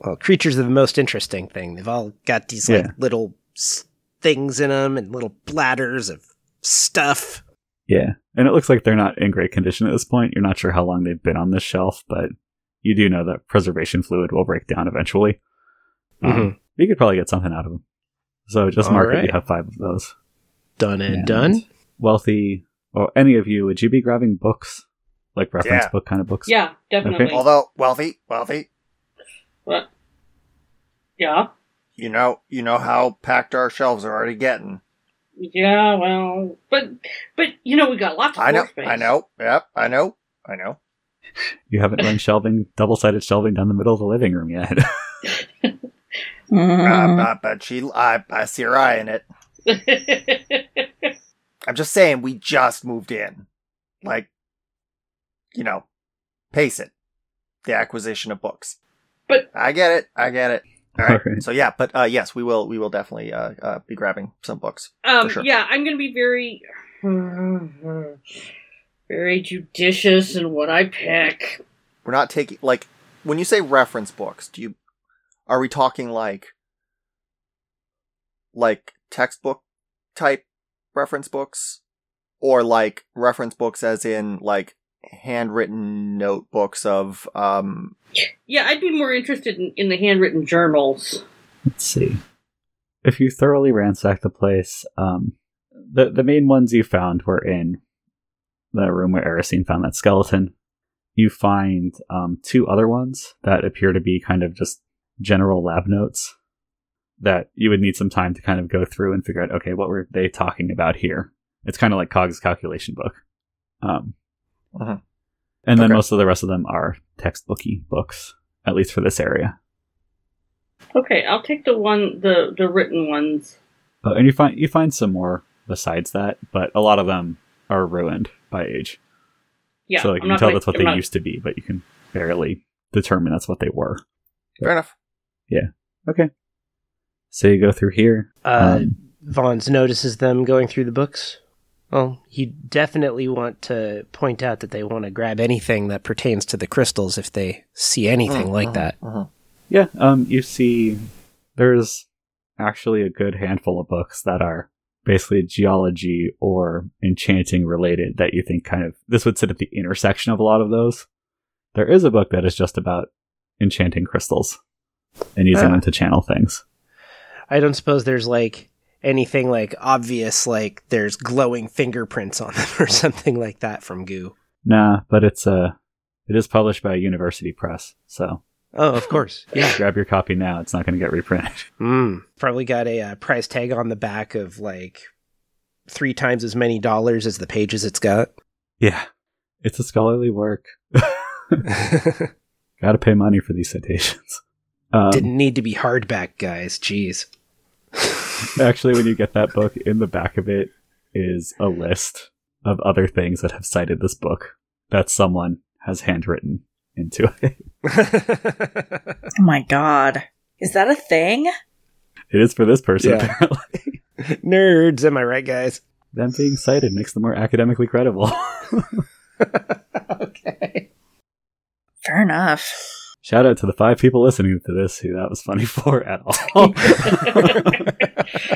Speaker 2: Well, creatures are the most interesting thing. They've all got these like
Speaker 1: Yeah.
Speaker 2: little s- things in them and little bladders of stuff.
Speaker 1: yeah, and it looks like they're not in great condition at this point. You're not sure how long they've been on this shelf, but you do know that preservation fluid will break down eventually. Um,
Speaker 2: Mhm.
Speaker 1: you could probably get something out of them. So just
Speaker 2: All
Speaker 1: mark that you
Speaker 2: right.
Speaker 1: have five of those.
Speaker 2: Done and
Speaker 1: Yeah.
Speaker 2: done.
Speaker 1: Wealthy, or any of you, would you be grabbing books? Like reference
Speaker 5: Yeah.
Speaker 1: book kind of books?
Speaker 4: Yeah, definitely.
Speaker 1: Okay.
Speaker 5: Although wealthy, wealthy,
Speaker 4: What? Yeah,
Speaker 5: you know, you know how packed our shelves are already getting.
Speaker 4: yeah. Well, but but you know we got lots of
Speaker 5: I know,
Speaker 4: floor space.
Speaker 5: I know. Yep, I know, I know.
Speaker 1: You haven't run shelving, double sided shelving down the middle of the living room yet.
Speaker 5: Uh,
Speaker 3: Mhm.
Speaker 5: but- but she, I, I see her eye in it. I'm just saying, we just moved in. Like, you know, pace it. The acquisition of books.
Speaker 4: But-
Speaker 5: I get it. I get it. All right.
Speaker 1: Alright.
Speaker 5: So yeah, but uh, yes, we will. We will definitely uh, uh, be grabbing some books.
Speaker 4: [LAUGHS] um,
Speaker 5: For sure.
Speaker 4: Yeah, I'm gonna be very [SIGHS] very judicious in what I pick.
Speaker 5: We're not taking like when you say reference books. Do you are we talking like like textbook type reference books, or like reference books as in like handwritten notebooks of um
Speaker 4: Yeah, I'd be more interested in, in the handwritten journals.
Speaker 1: Let's see. If you thoroughly ransack the place, um, the the main ones you found were in the room where Erisine found that skeleton. You find um, two other ones that appear to be kind of just general lab notes that you would need some time to kind of go through and figure out. Okay, what were they talking about here? It's kind of like Cog's calculation book. Um,
Speaker 5: Mhm.
Speaker 1: And then
Speaker 5: Okay.
Speaker 1: most of the rest of them are textbooky books, at least for this area.
Speaker 4: Okay, I'll take the one the the written ones.
Speaker 1: Uh, and you find you find some more besides that, but a lot of them are ruined by age.
Speaker 4: Yeah,
Speaker 1: so like, you can
Speaker 4: I'm not
Speaker 1: tell
Speaker 4: gonna-
Speaker 1: that's what
Speaker 4: I'm
Speaker 1: they
Speaker 4: not-
Speaker 1: used to be, but you can barely determine that's what they were.
Speaker 5: Fair enough.
Speaker 1: Okay. So you go through here.
Speaker 2: Uh,
Speaker 1: Um,
Speaker 2: Vaughn's notices them going through the books. Well, you definitely want to point out that they want to grab anything that pertains to the crystals if they see anything
Speaker 5: Mm-hmm.
Speaker 2: like that.
Speaker 1: Yeah, um, you see, there's actually a good handful of books that are basically geology or enchanting related that you think kind of this would sit at the intersection of a lot of those. There is a book that is just about enchanting crystals. and use
Speaker 2: Ah.
Speaker 1: them to channel things.
Speaker 2: I don't suppose there's like anything like obvious, like there's glowing fingerprints on [LAUGHS] them or something like that from goo.
Speaker 1: Nah, but it's uh, it is published by a university press, so
Speaker 2: Oh, of course. Yeah.
Speaker 1: grab your copy now. It's not going to get reprinted. [LAUGHS]
Speaker 2: Mm. Probably got a uh, price tag on the back of like three times as many dollars as the pages it's got.
Speaker 1: Yeah, it's a scholarly work. Got to pay money for these citations. Um,
Speaker 2: Didn't need to be hardback, guys. Jeez. [LAUGHS]
Speaker 1: Actually, when you get that book, in the back of it is a list of other things that have cited this book that someone has handwritten into it.
Speaker 3: Oh my god. Is that a thing?
Speaker 1: It is for this person,
Speaker 2: Yeah.
Speaker 1: apparently.
Speaker 2: Nerds, am I right, guys?
Speaker 1: [LAUGHS] Them being cited makes them more academically credible. [LAUGHS]
Speaker 2: okay.
Speaker 3: Fair enough.
Speaker 1: Shout out to the five people listening to this who that was funny [LAUGHS] for at all. [LAUGHS]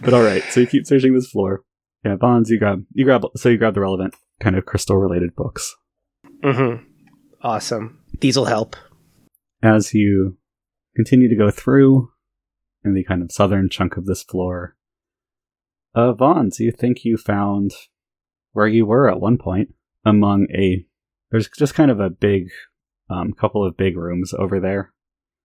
Speaker 1: but all right, so you keep searching this floor. Yeah, bonds. You grab, you grab. So you grab the relevant kind of crystal-related books.
Speaker 2: hmm Awesome. These will help.
Speaker 1: as you continue to go through in the kind of southern chunk of this floor, uh, Vons, you think you found where you were at one point among a. There's just kind of a big, um, couple of big rooms over there,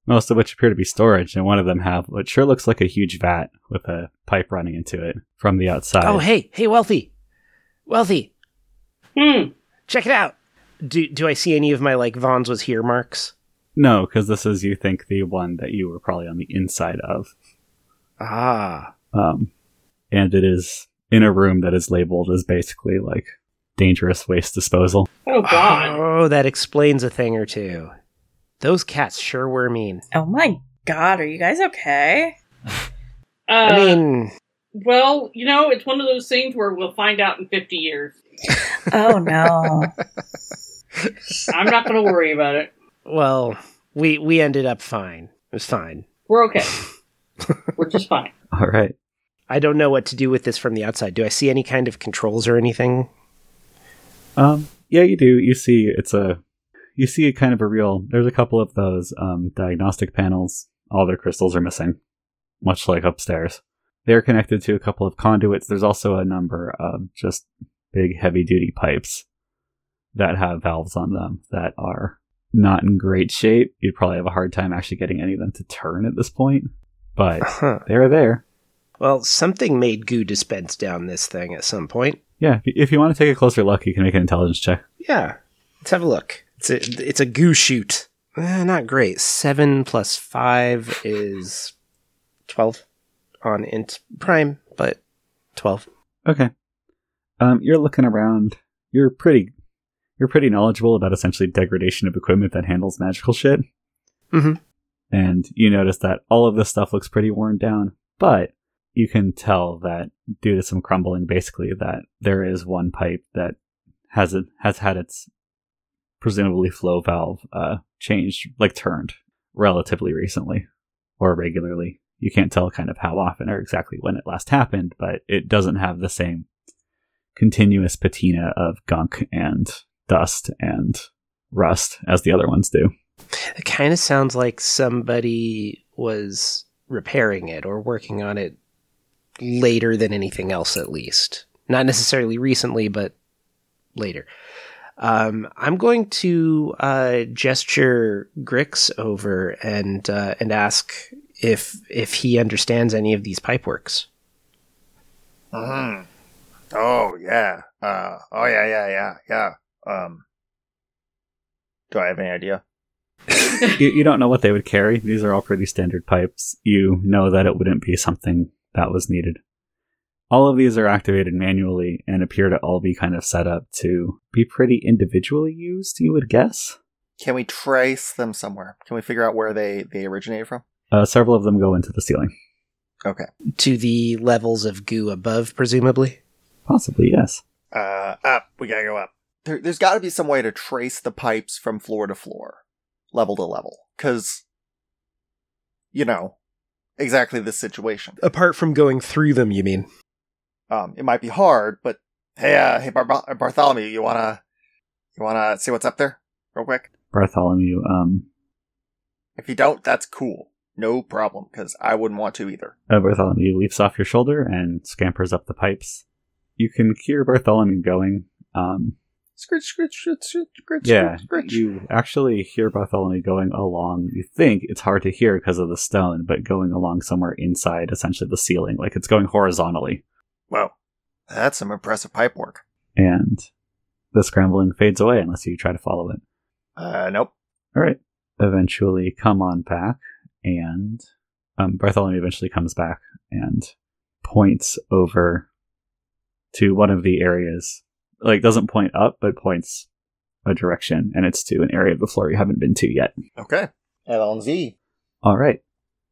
Speaker 1: most of which appear to be storage, and one of them have what sure looks like a huge vat with a pipe running into it from the outside.
Speaker 2: Oh, hey, hey, wealthy, wealthy,
Speaker 4: Hmm.
Speaker 2: check it out. Do do I see any of my like Vaughn's was here marks?
Speaker 1: No, because this is, you think, the one that you were probably on the inside of.
Speaker 2: Ah,
Speaker 1: um, and it is in a room that is labeled as basically like dangerous waste disposal.
Speaker 2: [LAUGHS]
Speaker 4: Oh God.
Speaker 2: oh, that explains a thing or two. Those cats sure were mean.
Speaker 3: Oh my god, are you guys okay?
Speaker 4: Uh,
Speaker 2: I mean,
Speaker 4: well, you know, it's one of those things where we'll find out in fifty years.
Speaker 3: Oh no.
Speaker 4: I'm not going to worry about it.
Speaker 2: well, we we ended up fine. It was fine. [LAUGHS]
Speaker 4: We're okay. We're just fine. [LAUGHS]
Speaker 1: All right.
Speaker 2: I don't know what to do with this from the outside. Do I see any kind of controls or anything?
Speaker 1: Um, yeah, you do. You see, it's a you see a kind of a real. There's a couple of those um, diagnostic panels. All their crystals are missing, much like upstairs. They're connected to a couple of conduits. There's also a number of just big, heavy-duty pipes that have valves on them that are not in great shape. You'd probably have a hard time actually getting any of them to turn at this point, but
Speaker 2: Huh.
Speaker 1: they're there.
Speaker 2: Well, something made goo dispense down this thing at some point.
Speaker 1: Yeah, if- if you want to take a closer look, you can make an intelligence check.
Speaker 2: Yeah, let's have a look. It's a it's a goo shoot. Eh, not great. Seven plus five is twelve on int prime, but twelve.
Speaker 1: Okay. Um, you're looking around. You're pretty. You're pretty knowledgeable about essentially degradation of equipment that handles magical shit.
Speaker 2: Mhm.
Speaker 1: And you notice that all of this stuff looks pretty worn down, but you can tell that due to some crumbling, basically, that there is one pipe that has it has had its presumably flow valve uh, changed, like turned, relatively recently. or regularly. You can't tell kind of how often or exactly when it last happened, but it doesn't have the same continuous patina of gunk and dust and rust as the other ones do.
Speaker 2: It kind of sounds like somebody was repairing it or working on it later than anything else, at least. Not necessarily recently, but later. Um, I'm going to uh, gesture Grix over and uh, and ask if if he understands any of these pipeworks.
Speaker 5: Mhm. Oh yeah. Uh, oh yeah, yeah, yeah, yeah. Um, do I have any idea?
Speaker 1: You, you don't know what they would carry. These are all pretty standard pipes. You know that it wouldn't be something that was needed. All of these are activated manually and appear to all be kind of set up to be pretty individually used, you would guess.
Speaker 5: Can we trace them somewhere? Can we figure out where they they originated from?
Speaker 1: Uh, several of them go into the ceiling.
Speaker 2: To the levels of goo above, presumably.
Speaker 1: Possibly, yes.
Speaker 5: Uh, up. We gotta go up. There, there's got to be some way to trace the pipes from floor to floor, level to level, because you know exactly this situation.
Speaker 2: Apart from going through them, you mean?
Speaker 5: Um, it might be hard, but hey, uh, hey, Bar- Bar- Bartholomew, you wanna you wanna see what's up there real quick?
Speaker 1: Bartholomew um,
Speaker 5: If you don't, that's cool. No problem, because I wouldn't want to either.
Speaker 1: Uh, Bartholomew leaps off your shoulder and scampers up the pipes. You can hear Bartholomew going. Um,
Speaker 5: Scritch, scritch, scritch, scritch, scritch,
Speaker 1: yeah,
Speaker 5: scritch.
Speaker 1: you actually hear Bartholomew going along. You think it's hard to hear because of the stone, but going along somewhere inside, essentially the ceiling, like it's going horizontally.
Speaker 5: Wow, that's some impressive pipe work.
Speaker 1: And the scrambling fades away unless you try to follow it.
Speaker 5: Uh, nope.
Speaker 1: All right. Eventually, come on back, and um, Bartholomew eventually comes back and points over to one of the areas. Like, doesn't point up, but points a direction, and it's to an area of the floor you haven't been to yet.
Speaker 5: Okay. LNZ.
Speaker 1: All right.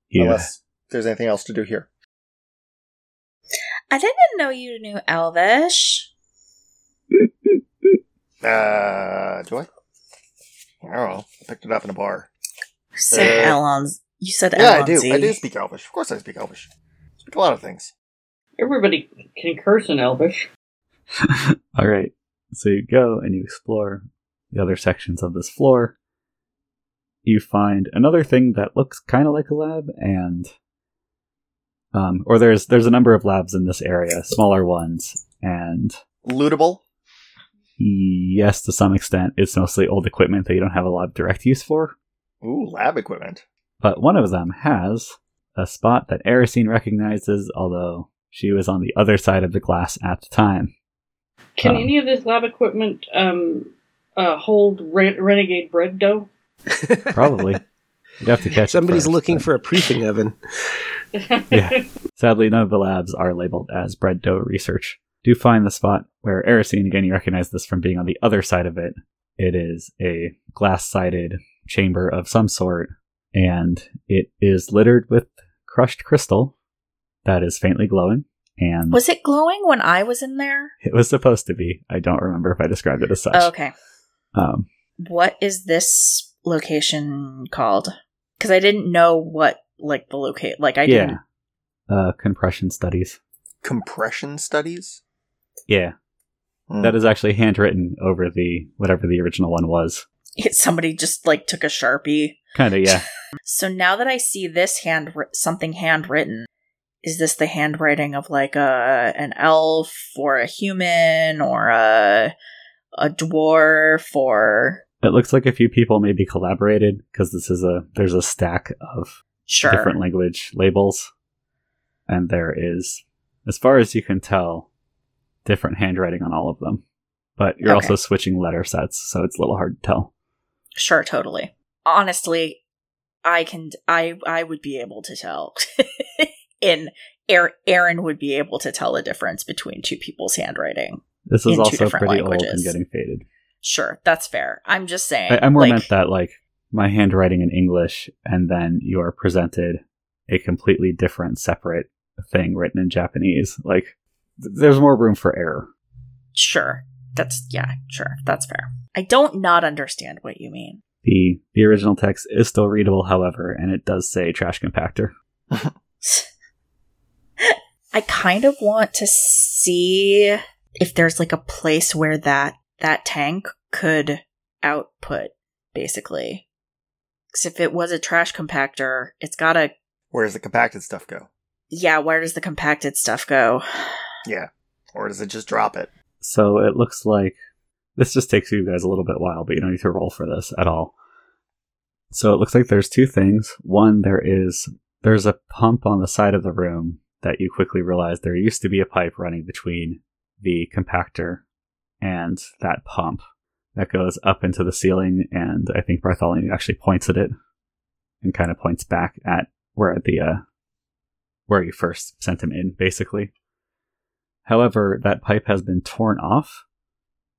Speaker 1: You-
Speaker 5: Unless there's anything else to do here.
Speaker 3: I didn't know you knew Elvish.
Speaker 5: Uh, do I? I don't know. I picked it up in a bar.
Speaker 3: You said
Speaker 5: Uh,
Speaker 3: Elon's. You said
Speaker 5: Yeah, I do.
Speaker 3: Elon's.
Speaker 5: I do speak Elvish. Of course I speak Elvish. I speak a lot of things.
Speaker 4: Everybody can curse in Elvish.
Speaker 1: [LAUGHS] All right. So you go and you explore the other sections of this floor. You find another thing that looks kind of like a lab, and um, or there's there's a number of labs in this area, smaller ones, and
Speaker 5: Lootable.
Speaker 1: yes, to some extent, it's mostly old equipment that you don't have a lot of direct use for.
Speaker 5: Ooh, lab equipment.
Speaker 1: But one of them has a spot that Erisine recognizes, although she was on the other side of the glass at the time.
Speaker 4: Can
Speaker 2: Uh.
Speaker 1: Um.
Speaker 4: any of this lab equipment um, uh, hold re- renegade bread dough? [LAUGHS]
Speaker 2: [LAUGHS]
Speaker 6: [LAUGHS]
Speaker 1: Probably, you'd have to catch. it
Speaker 6: Somebody's
Speaker 1: first,
Speaker 6: looking
Speaker 1: but-
Speaker 6: for a proofing oven.
Speaker 1: Yeah. Sadly, none of the labs are labeled as bread dough research. Do find the spot where Erisine, again, you recognize this from being on the other side of it. It is a glass sided chamber of some sort, and it is littered with crushed crystal that is faintly glowing. And
Speaker 3: Was it glowing when I was in there?
Speaker 1: it was supposed to be. I don't remember if I described it as such.
Speaker 3: Oh, okay.
Speaker 1: Um,
Speaker 3: What is this location called? Because I didn't know what like the locate. Like I
Speaker 1: yeah.
Speaker 3: didn't.
Speaker 1: Uh, compression studies.
Speaker 5: Compression studies.
Speaker 1: Yeah.
Speaker 5: Hmm.
Speaker 1: That is actually handwritten over the whatever the original one was.
Speaker 3: It, [LAUGHS] somebody just like took a sharpie.
Speaker 1: Kind of, yeah.
Speaker 3: So now that I see this hand something handwritten, is this the handwriting of like a an elf or a human or a a dwarf or
Speaker 1: It looks like a few people maybe collaborated because this is a there's a stack of
Speaker 3: sure
Speaker 1: different language labels, and there is, as far as you can tell, different handwriting on all of them. But you're
Speaker 3: Okay.
Speaker 1: also switching letter sets, so it's a little hard to tell.
Speaker 3: sure totally honestly I can I I would be able to tell [LAUGHS] in Aar- Aaron would be able to tell the difference between two people's handwriting.
Speaker 1: This
Speaker 3: In
Speaker 1: is
Speaker 3: two
Speaker 1: also
Speaker 3: different
Speaker 1: pretty old and
Speaker 3: languages.
Speaker 1: getting faded.
Speaker 3: Sure, that's fair. I'm just saying.
Speaker 1: I, I more
Speaker 3: like,
Speaker 1: meant that like my handwriting in English, and then you are presented a completely different, separate thing written in Japanese. Like th- there's more room for error.
Speaker 3: Sure, that's yeah. Sure, that's fair. I don't not understand what you mean.
Speaker 1: The the original text is still readable, however, and it does say trash compactor.
Speaker 3: [LAUGHS] I kind of want to see if there's like a place where that that tank could output basically. Cuz if it was a trash compactor, it's got to
Speaker 5: Where does the compacted stuff go?
Speaker 3: yeah, where does the compacted stuff go? [SIGHS]
Speaker 5: Or does it just drop it?
Speaker 1: So it looks like this just takes you guys a little bit while, but you don't need to roll for this at all. So it looks like there's two things. One, there is there's a pump on the side of the room that you quickly realize there used to be a pipe running between the compactor and that pump that goes up into the ceiling, and I think Bartholomew actually points at it and kind of points back at where the uh, where you first sent him in, basically. However, that pipe has been torn off,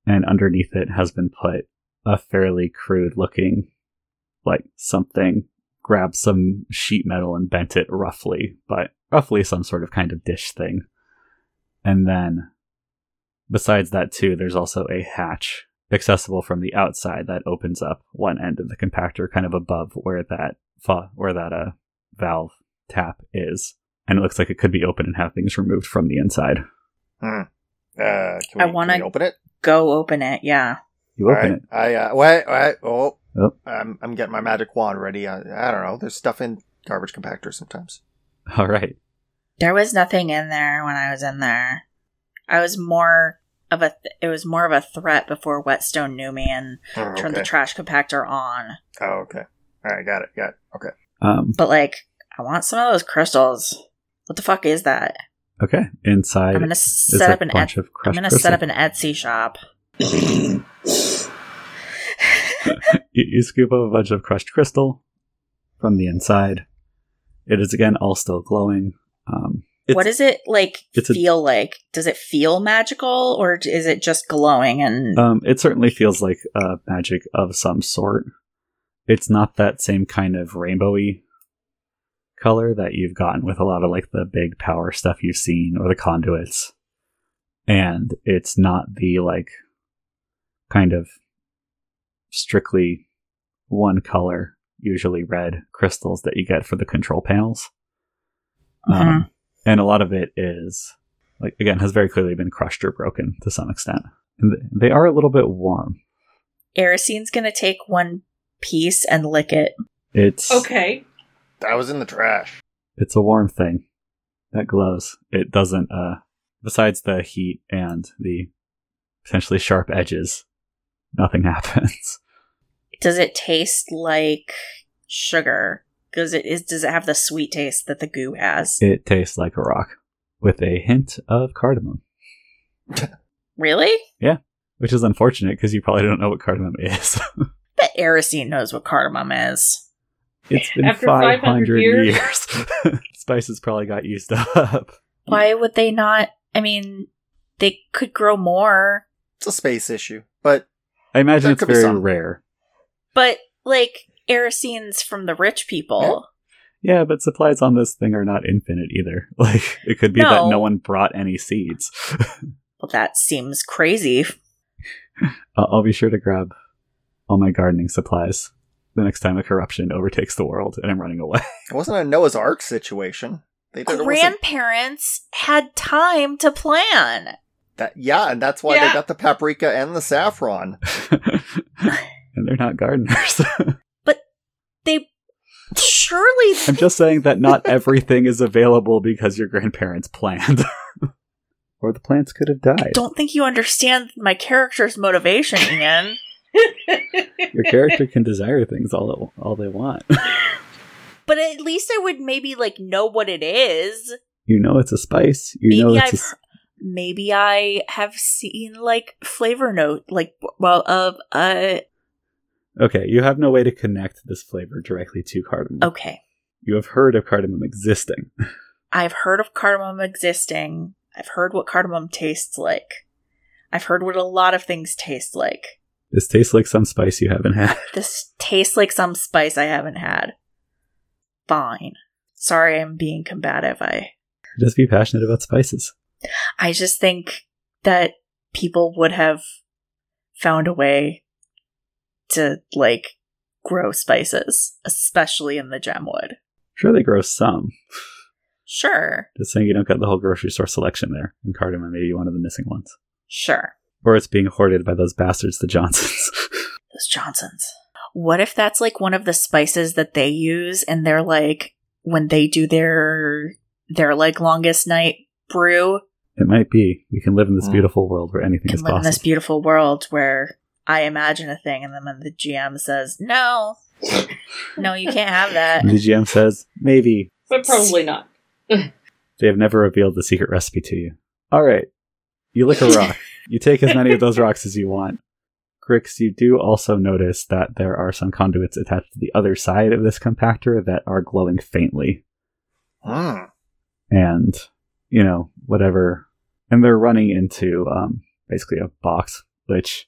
Speaker 1: and underneath it has been put a fairly crude looking, like something, grabbed some sheet metal and bent it roughly, but roughly some sort of kind of dish thing. And then, besides that, too, there's also a hatch accessible from the outside that opens up one end of the compactor, kind of above where that fa- where that uh, valve tap is. And it looks like it could be open and have things removed from the inside.
Speaker 5: Uh, can we,
Speaker 3: I
Speaker 5: can
Speaker 3: wanna-
Speaker 5: we open it?
Speaker 3: Go open it. Yeah.
Speaker 1: You open
Speaker 5: Alright, I, uh, wait, wait, oh,
Speaker 1: Oh.
Speaker 5: I'm, I'm getting my magic wand ready. I, I don't know. There's stuff in garbage compactors sometimes.
Speaker 1: All right.
Speaker 3: There was nothing in there when I was in there. I was more of a th- it was more of a threat before Whetstone knew me and
Speaker 5: Oh,
Speaker 3: turned the
Speaker 5: okay.
Speaker 3: trash compactor on.
Speaker 5: oh, okay. All right, got it. Got it. Okay.
Speaker 1: Um,
Speaker 3: But like, I want some of those crystals. What the fuck is that?
Speaker 1: okay. Inside
Speaker 3: I'm gonna
Speaker 1: is
Speaker 3: set
Speaker 1: a
Speaker 3: up an
Speaker 1: bunch
Speaker 3: Et-
Speaker 1: of
Speaker 3: I'm
Speaker 1: crushed
Speaker 3: gonna
Speaker 1: crystal.
Speaker 3: set up an Etsy shop. e-
Speaker 1: you, you scoop up a bunch of crushed crystal from the inside. It is again all still glowing. Um, it's,
Speaker 3: what does it like
Speaker 1: it's a-
Speaker 3: feel like? Does it feel magical or d- is it just glowing and
Speaker 1: Um, it certainly feels like uh, magic of some sort. It's not that same kind of rainbowy color that you've gotten with a lot of like the big power stuff you've seen or the conduits, and it's not the like kind of strictly one color, usually red crystals that you get for the control panels.
Speaker 3: Mhm.
Speaker 1: Um, and a lot of it is like again has very clearly been crushed or broken to some extent. And th- they are a little bit warm.
Speaker 3: Arisine's gonna take one piece and lick it?
Speaker 1: It's
Speaker 4: Okay. [LAUGHS]
Speaker 5: That was in the trash.
Speaker 1: It's a warm thing that glows. It doesn't. Uh, besides the heat and the potentially sharp edges, nothing [LAUGHS] happens.
Speaker 3: Does it taste like sugar? Does it is does it have the sweet taste that the goo has?
Speaker 1: It tastes like a rock with a hint of cardamom,
Speaker 3: Really?
Speaker 1: which is unfortunate because you probably don't know what cardamom [LAUGHS] is.
Speaker 3: But Aracene knows what cardamom is.
Speaker 1: it's been
Speaker 4: After
Speaker 1: five
Speaker 4: 500
Speaker 1: hundred
Speaker 4: years.
Speaker 1: years. [LAUGHS] Spices probably got used up.
Speaker 3: Why would they not? I mean, they could grow more,
Speaker 5: It's a space issue, but
Speaker 1: I imagine
Speaker 5: There
Speaker 1: it's
Speaker 5: could be
Speaker 1: very
Speaker 5: some.
Speaker 1: rare.
Speaker 3: but like Aracene's from the rich people.
Speaker 1: Yeah, but supplies on this thing are not infinite either. [LAUGHS] Like it could be that no
Speaker 3: No.
Speaker 1: one brought any seeds. [LAUGHS]
Speaker 3: Well, that seems crazy.
Speaker 1: I'll I'll be sure to grab all my gardening supplies the next time a corruption overtakes the world and I'm running away. [LAUGHS]
Speaker 5: it wasn't a Noah's Ark situation. They did it wasn't
Speaker 3: Grandparents had time
Speaker 1: [LAUGHS]
Speaker 3: to plan.
Speaker 5: that. Yeah, and that's why they
Speaker 4: Yeah.
Speaker 5: got the paprika and the saffron.
Speaker 1: and they're not gardeners. [LAUGHS]
Speaker 3: They surely
Speaker 1: I'm just saying that not everything is available because your grandparents planned. [LAUGHS] or the plants could have died.
Speaker 3: don't think you understand my character's motivation,
Speaker 1: [LAUGHS]
Speaker 3: Ian.
Speaker 1: Your character can desire things all it, all they want.
Speaker 3: but at least I would maybe like know what it is.
Speaker 1: You know it's a spice. You know
Speaker 3: maybe
Speaker 1: it's
Speaker 3: I've
Speaker 1: a s-
Speaker 3: maybe I have seen like flavor note, like well of uh
Speaker 1: Okay, you have no way to connect this flavor directly to cardamom.
Speaker 3: okay.
Speaker 1: You have heard of cardamom existing.
Speaker 3: I've heard of cardamom existing. I've heard what cardamom tastes like. I've heard what a lot of things taste like.
Speaker 1: This tastes like some spice you haven't had. [LAUGHS]
Speaker 3: This tastes like some spice I haven't had. Fine. Sorry I'm being combative. I
Speaker 1: Just be passionate about spices.
Speaker 3: I just think that people would have found a way to like grow spices, especially in the gemwood.
Speaker 1: Sure, they grow some.
Speaker 3: Sure,
Speaker 1: Just saying you don't get the whole grocery store selection there. And cardamom may be one of the missing ones.
Speaker 3: sure.
Speaker 1: Or it's being hoarded by those bastards, the Johnsons. [LAUGHS]
Speaker 3: Those Johnsons. What if that's like one of the spices that they use and they're like when they do their their like longest night brew
Speaker 1: it might be. We can live in this
Speaker 5: Mm.
Speaker 1: beautiful world where anything
Speaker 3: and
Speaker 1: is
Speaker 3: live in this
Speaker 1: possible.
Speaker 3: beautiful world where I imagine a thing and then when the GM says, No, no, you can't have
Speaker 1: [LAUGHS]
Speaker 3: that.
Speaker 1: And the GM says, maybe
Speaker 4: But probably not.
Speaker 1: they have never revealed the secret recipe to you. All right. You lick a
Speaker 3: [LAUGHS]
Speaker 1: rock. you take as many of those rocks as you want. Grix, you do also notice that there are some conduits attached to the other side of this compactor that are glowing faintly.
Speaker 5: Hmm.
Speaker 1: and you know whatever and they're running into um basically a box which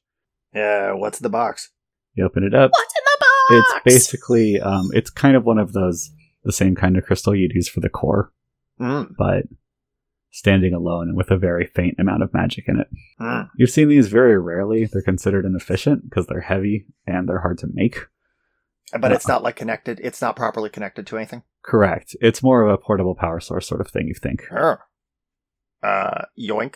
Speaker 5: Yeah, what's the box?
Speaker 1: you open it up
Speaker 3: What's in the
Speaker 1: it's
Speaker 3: box?
Speaker 1: basically um it's kind of one of those the same kind of crystal you'd use for the core
Speaker 5: Mm,
Speaker 1: but standing alone and with a very faint amount of magic in it
Speaker 5: mm.
Speaker 1: you've seen these very rarely they're considered inefficient because they're heavy and they're hard to make
Speaker 5: But it's not like connected. It's not properly connected to anything.
Speaker 1: correct it's more of a portable power source sort of thing you think
Speaker 5: Sure. Uh, yoink.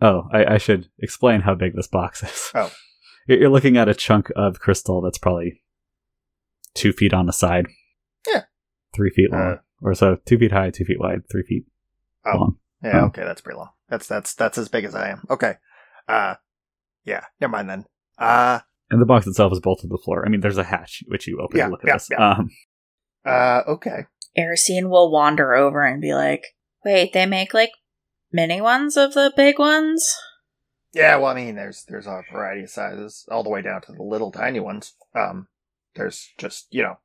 Speaker 1: Oh, I, I should explain how big this box is.
Speaker 5: Oh.
Speaker 1: [LAUGHS] You're you're looking at a chunk of crystal that's probably two feet on a side.
Speaker 5: Yeah.
Speaker 1: Three feet long.
Speaker 5: Uh,
Speaker 1: or so two feet high, two feet wide, three feet
Speaker 5: Oh.
Speaker 1: long.
Speaker 5: Yeah,
Speaker 1: Oh.
Speaker 5: okay, that's pretty long. That's that's that's as big as I am. Okay. Uh yeah, never mind then. Uh
Speaker 1: And the box itself is bolted to the floor. I mean, there's a hatch which you open
Speaker 5: Yeah,
Speaker 1: to look at
Speaker 5: yeah,
Speaker 1: this.
Speaker 5: yeah.
Speaker 1: Um,
Speaker 5: uh okay.
Speaker 3: Erosine will wander over and be like, wait, they make like mini ones of the big ones?
Speaker 5: Yeah, well I mean there's there's a variety of sizes, all the way down to the little tiny ones. Um there's just, you know,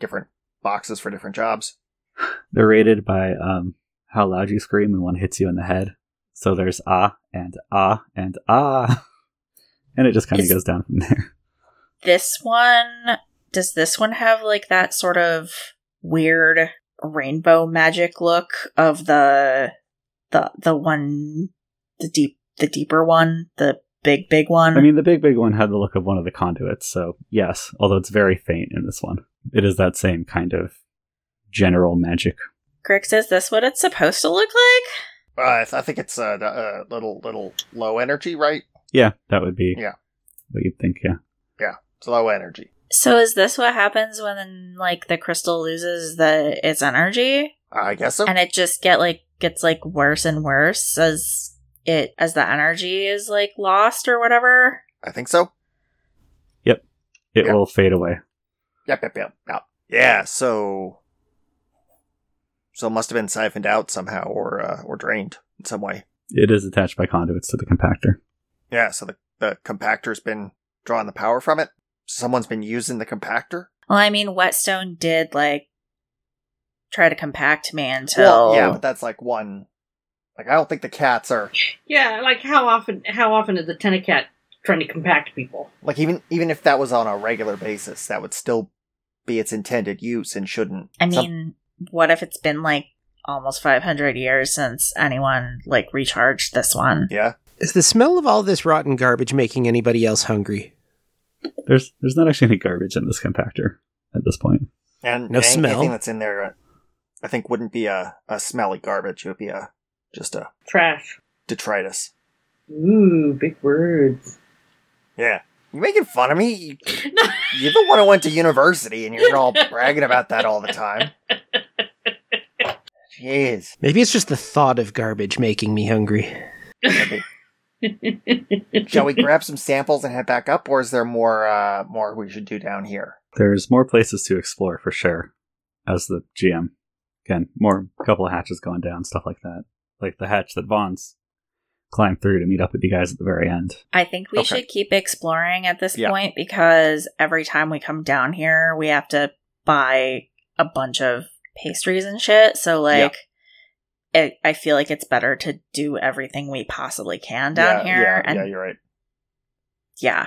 Speaker 5: different boxes for different jobs.
Speaker 1: they're rated by um, how loud you scream when one hits you in the head. So there's ah and ah and ah. [LAUGHS] And it just kind of
Speaker 3: Is-
Speaker 1: goes down from there.
Speaker 3: This one, does this one have like that sort of weird rainbow magic look of the the the one the deep the deeper one, the big big one?
Speaker 1: I mean, the big, big one had the look of one of the conduits, so yes, although it's very faint in this one. It is that same kind of general magic.
Speaker 3: Grix, is this what it's supposed to look like?
Speaker 5: Uh, I, th- I think it's uh, the, uh little little low energy, right?
Speaker 1: Yeah, that would be
Speaker 5: Yeah.
Speaker 1: what you'd think, yeah.
Speaker 5: It's low energy.
Speaker 3: So is this what happens when like the crystal loses the its energy?
Speaker 5: I guess so.
Speaker 3: and it just get like gets like worse and worse as it as the energy is like lost or whatever
Speaker 5: I think so.
Speaker 1: It
Speaker 5: Yeah.
Speaker 1: will fade away.
Speaker 5: Yep, yep, yep, yep. Yeah, so so it must have been siphoned out somehow, or uh, or drained in some way.
Speaker 1: It is attached by conduits to the compactor.
Speaker 5: Yeah, so the the compactor's been drawing the power from it. Someone's been using the compactor.
Speaker 3: well i mean whetstone did like try to compact me until
Speaker 5: Well, yeah, but that's like one. Like I don't think the cats are
Speaker 4: Yeah, like how often? How often is the tenant cat trying to compact people?
Speaker 5: like even even if that was on a regular basis, that would still be its intended use and shouldn't.
Speaker 3: i
Speaker 5: some-
Speaker 3: mean what if it's been like almost 500 years since anyone like recharged this one
Speaker 5: yeah,
Speaker 6: Is the smell of all this rotten garbage making anybody else hungry?
Speaker 1: There's there's not actually any garbage in this compactor at this point.
Speaker 5: and
Speaker 6: No
Speaker 5: any-
Speaker 6: smell.
Speaker 5: Anything that's in there, uh, I think, wouldn't be a a smelly garbage. It would be a just a
Speaker 4: Trash.
Speaker 5: detritus.
Speaker 4: Ooh, big words.
Speaker 5: Yeah. You making fun of me?
Speaker 3: [LAUGHS]
Speaker 5: You-
Speaker 4: No.
Speaker 5: You're the one who went to university and you're all bragging about that all
Speaker 3: [LAUGHS]
Speaker 5: the time. Jeez.
Speaker 6: Maybe it's just the thought of garbage making me hungry.
Speaker 1: [LAUGHS]
Speaker 5: Maybe. Shall we grab some samples and head back up, or is there more uh more we should do down here?
Speaker 1: There's more places to explore for sure as the GM. Again, more couple of hatches going down, stuff like that. Like the hatch that Vaughn's climbed through to meet up with you guys at the very end.
Speaker 3: i think we
Speaker 5: Okay.
Speaker 3: should keep exploring at this
Speaker 5: Yeah.
Speaker 3: point because every time we come down here we have to buy a bunch of pastries and shit. So like, it, I feel like it's better to do everything we possibly can down
Speaker 5: Yeah,
Speaker 3: here,
Speaker 5: Yeah,
Speaker 3: and
Speaker 5: yeah,
Speaker 3: yeah,
Speaker 5: you're right.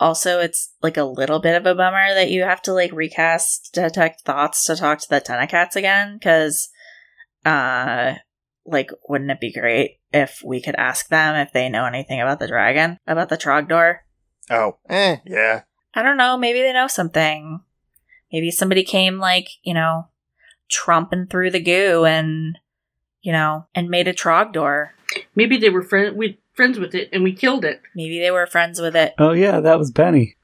Speaker 3: Also, it's like a little bit of a bummer that you have to like recast detect thoughts to talk to the Tenacats again, because, uh, like, wouldn't it be great if we could ask them if they know anything about the dragon, about the Trogdor?
Speaker 5: Oh. Eh, yeah.
Speaker 3: I don't know, maybe they know something. Maybe somebody came like, you know, trumping through the goo and you know, and made a trogdor.
Speaker 4: Maybe they were friend we friends with it and we killed it,
Speaker 3: Maybe they were friends with it.
Speaker 1: Oh yeah, that was Benny.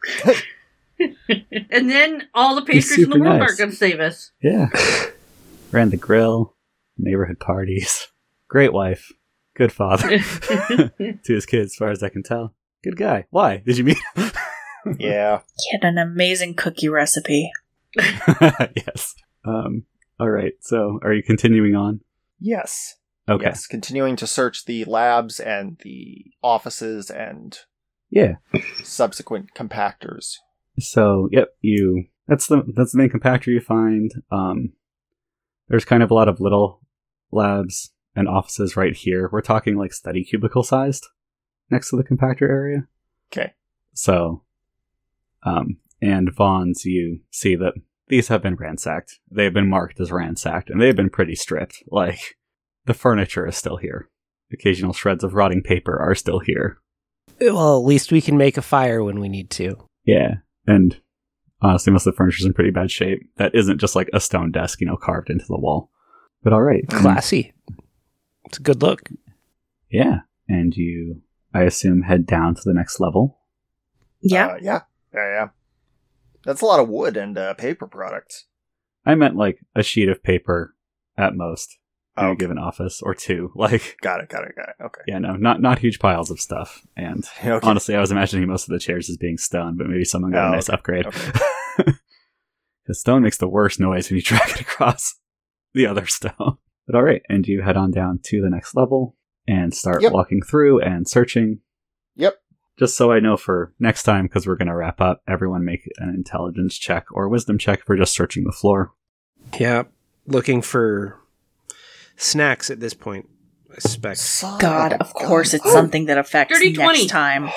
Speaker 4: and then all the
Speaker 1: He's
Speaker 4: pastries in the
Speaker 1: super
Speaker 4: world
Speaker 1: nice.
Speaker 4: aren't going to save [LAUGHS] us.
Speaker 1: Yeah. [LAUGHS] Ran the grill, neighborhood parties. [LAUGHS] Great wife. Good
Speaker 4: [LAUGHS]
Speaker 1: father [LAUGHS] to his kids, as far as I can tell. Good guy. Why? Did you meet [LAUGHS] him?
Speaker 5: Yeah.
Speaker 3: He had an amazing cookie recipe.
Speaker 1: yes. Um, all right. So are you continuing on?
Speaker 5: Yes.
Speaker 1: Okay.
Speaker 5: Yes. Continuing to search the labs and the offices and
Speaker 1: Yeah.
Speaker 5: subsequent compactors.
Speaker 1: So, yep, you that's the that's the main compactor you find. Um there's kind of a lot of little labs and offices right here. We're talking like study cubicle sized next to the compactor area.
Speaker 5: Okay.
Speaker 1: So um and Vaughn's you see that these have been ransacked. They've been marked as ransacked, and they've been pretty stripped. Like the furniture is still here. Occasional shreds of rotting paper are still here.
Speaker 6: Well, at least we can make a fire when we need to.
Speaker 1: Yeah. And uh, honestly, most of the furniture's in pretty bad shape. That isn't just like a stone desk, you know, carved into the wall. But all right.
Speaker 2: Mm.
Speaker 6: Classy. It's a good look.
Speaker 1: Yeah. And you, I assume, head down to the next level.
Speaker 3: Yeah.
Speaker 5: Uh, yeah. Yeah, yeah. That's a lot of wood and uh, paper products.
Speaker 1: I meant like a sheet of paper at most in a
Speaker 5: Oh,
Speaker 1: given office or two. [LAUGHS] Like,
Speaker 5: got it, got it, got it. Okay.
Speaker 1: yeah, no, not not huge piles of stuff. And
Speaker 5: Okay.
Speaker 1: honestly, I was imagining most of the chairs as being stone, but maybe someone got
Speaker 5: Oh,
Speaker 1: a nice upgrade.
Speaker 5: okay.
Speaker 1: [LAUGHS] Because stone makes the worst noise when you [LAUGHS] drag it across the other stone. But all right, and you head on down to the next level and start
Speaker 5: Yep.
Speaker 1: walking through and searching.
Speaker 5: Yep.
Speaker 1: Just so I know for next time, because we're going to wrap up, everyone make an intelligence check or wisdom check for just searching the floor.
Speaker 6: Yeah, looking for snacks at this point. I suspect.
Speaker 5: Son
Speaker 3: God,
Speaker 5: a
Speaker 3: of course
Speaker 5: gun.
Speaker 3: it's something that affects
Speaker 4: Dirty
Speaker 3: next
Speaker 4: 20.
Speaker 3: time. [SIGHS]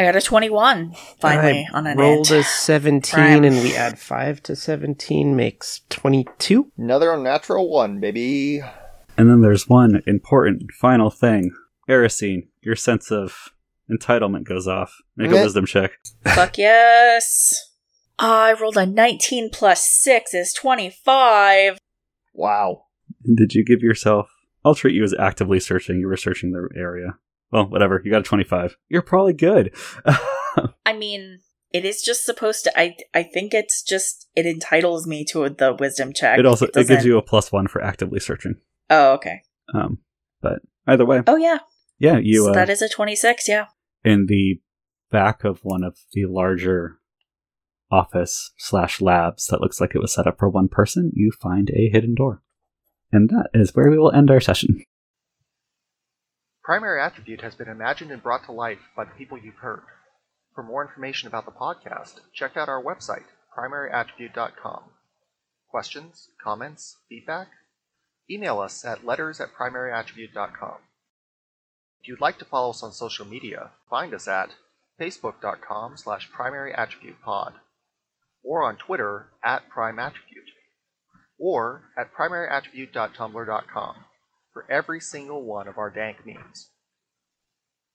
Speaker 3: I got a 21 finally
Speaker 6: I
Speaker 3: on an
Speaker 6: rolled
Speaker 3: int.
Speaker 6: a seventeen,
Speaker 3: Prime.
Speaker 6: and we add five to seventeen makes twenty-two.
Speaker 5: Another unnatural one, baby.
Speaker 1: And then there's one important final thing. Erisine, your sense of entitlement goes off. Make a
Speaker 5: Meh.
Speaker 1: wisdom check.
Speaker 3: Fuck yes. I rolled a 19 plus 6 is 25.
Speaker 5: Wow.
Speaker 1: And Did you give yourself? I'll treat you as actively searching. You were searching the area. Well, whatever. You got a 25. You're probably good. [LAUGHS]
Speaker 3: I mean, it is just supposed to I I think it's just it entitles me to the wisdom check.
Speaker 1: it also it, gives
Speaker 3: doesn't-
Speaker 1: you a plus one for actively searching.
Speaker 3: Oh, okay.
Speaker 1: Um, but either way,
Speaker 3: Oh yeah.
Speaker 1: yeah, you
Speaker 3: so
Speaker 1: uh,
Speaker 3: that is a 26, yeah.
Speaker 1: in the back of one of the larger office slash labs that looks like it was set up for one person. You find a hidden door, and that is where we will end our session.
Speaker 5: Primary Attribute has been imagined and brought to life by the people you've heard. For more information about the podcast, check out our website, primaryattribute.com. Questions, comments, feedback? Email us at letters at primaryattribute.com. If you'd like to follow us on social media, find us at facebook.com slash primaryattributepod or on Twitter at primeattribute or at primaryattribute.tumblr.com for every single one of our dank memes.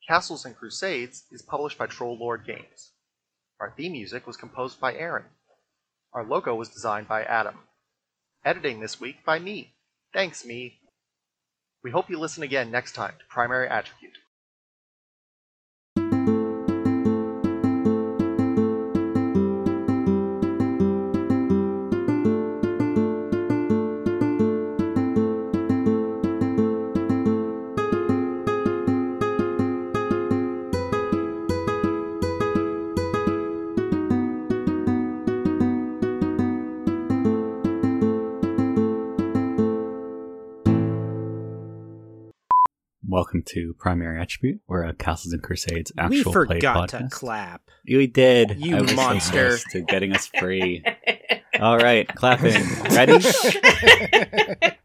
Speaker 5: Castles and Crusades is published by Troll Lord Games. Our theme music was composed by Aaron. Our logo was designed by Adam. Editing this week by me. Thanks, me. We hope you listen again next time to Primary Attribute.
Speaker 1: Welcome to Primary Attribute, where a Castles and Crusades
Speaker 6: we
Speaker 1: actual play
Speaker 6: forgot to
Speaker 1: podcast.
Speaker 6: clap.
Speaker 1: You did.
Speaker 6: You
Speaker 1: I was so
Speaker 6: monster.
Speaker 1: close to getting us free. All right, clapping. Ready?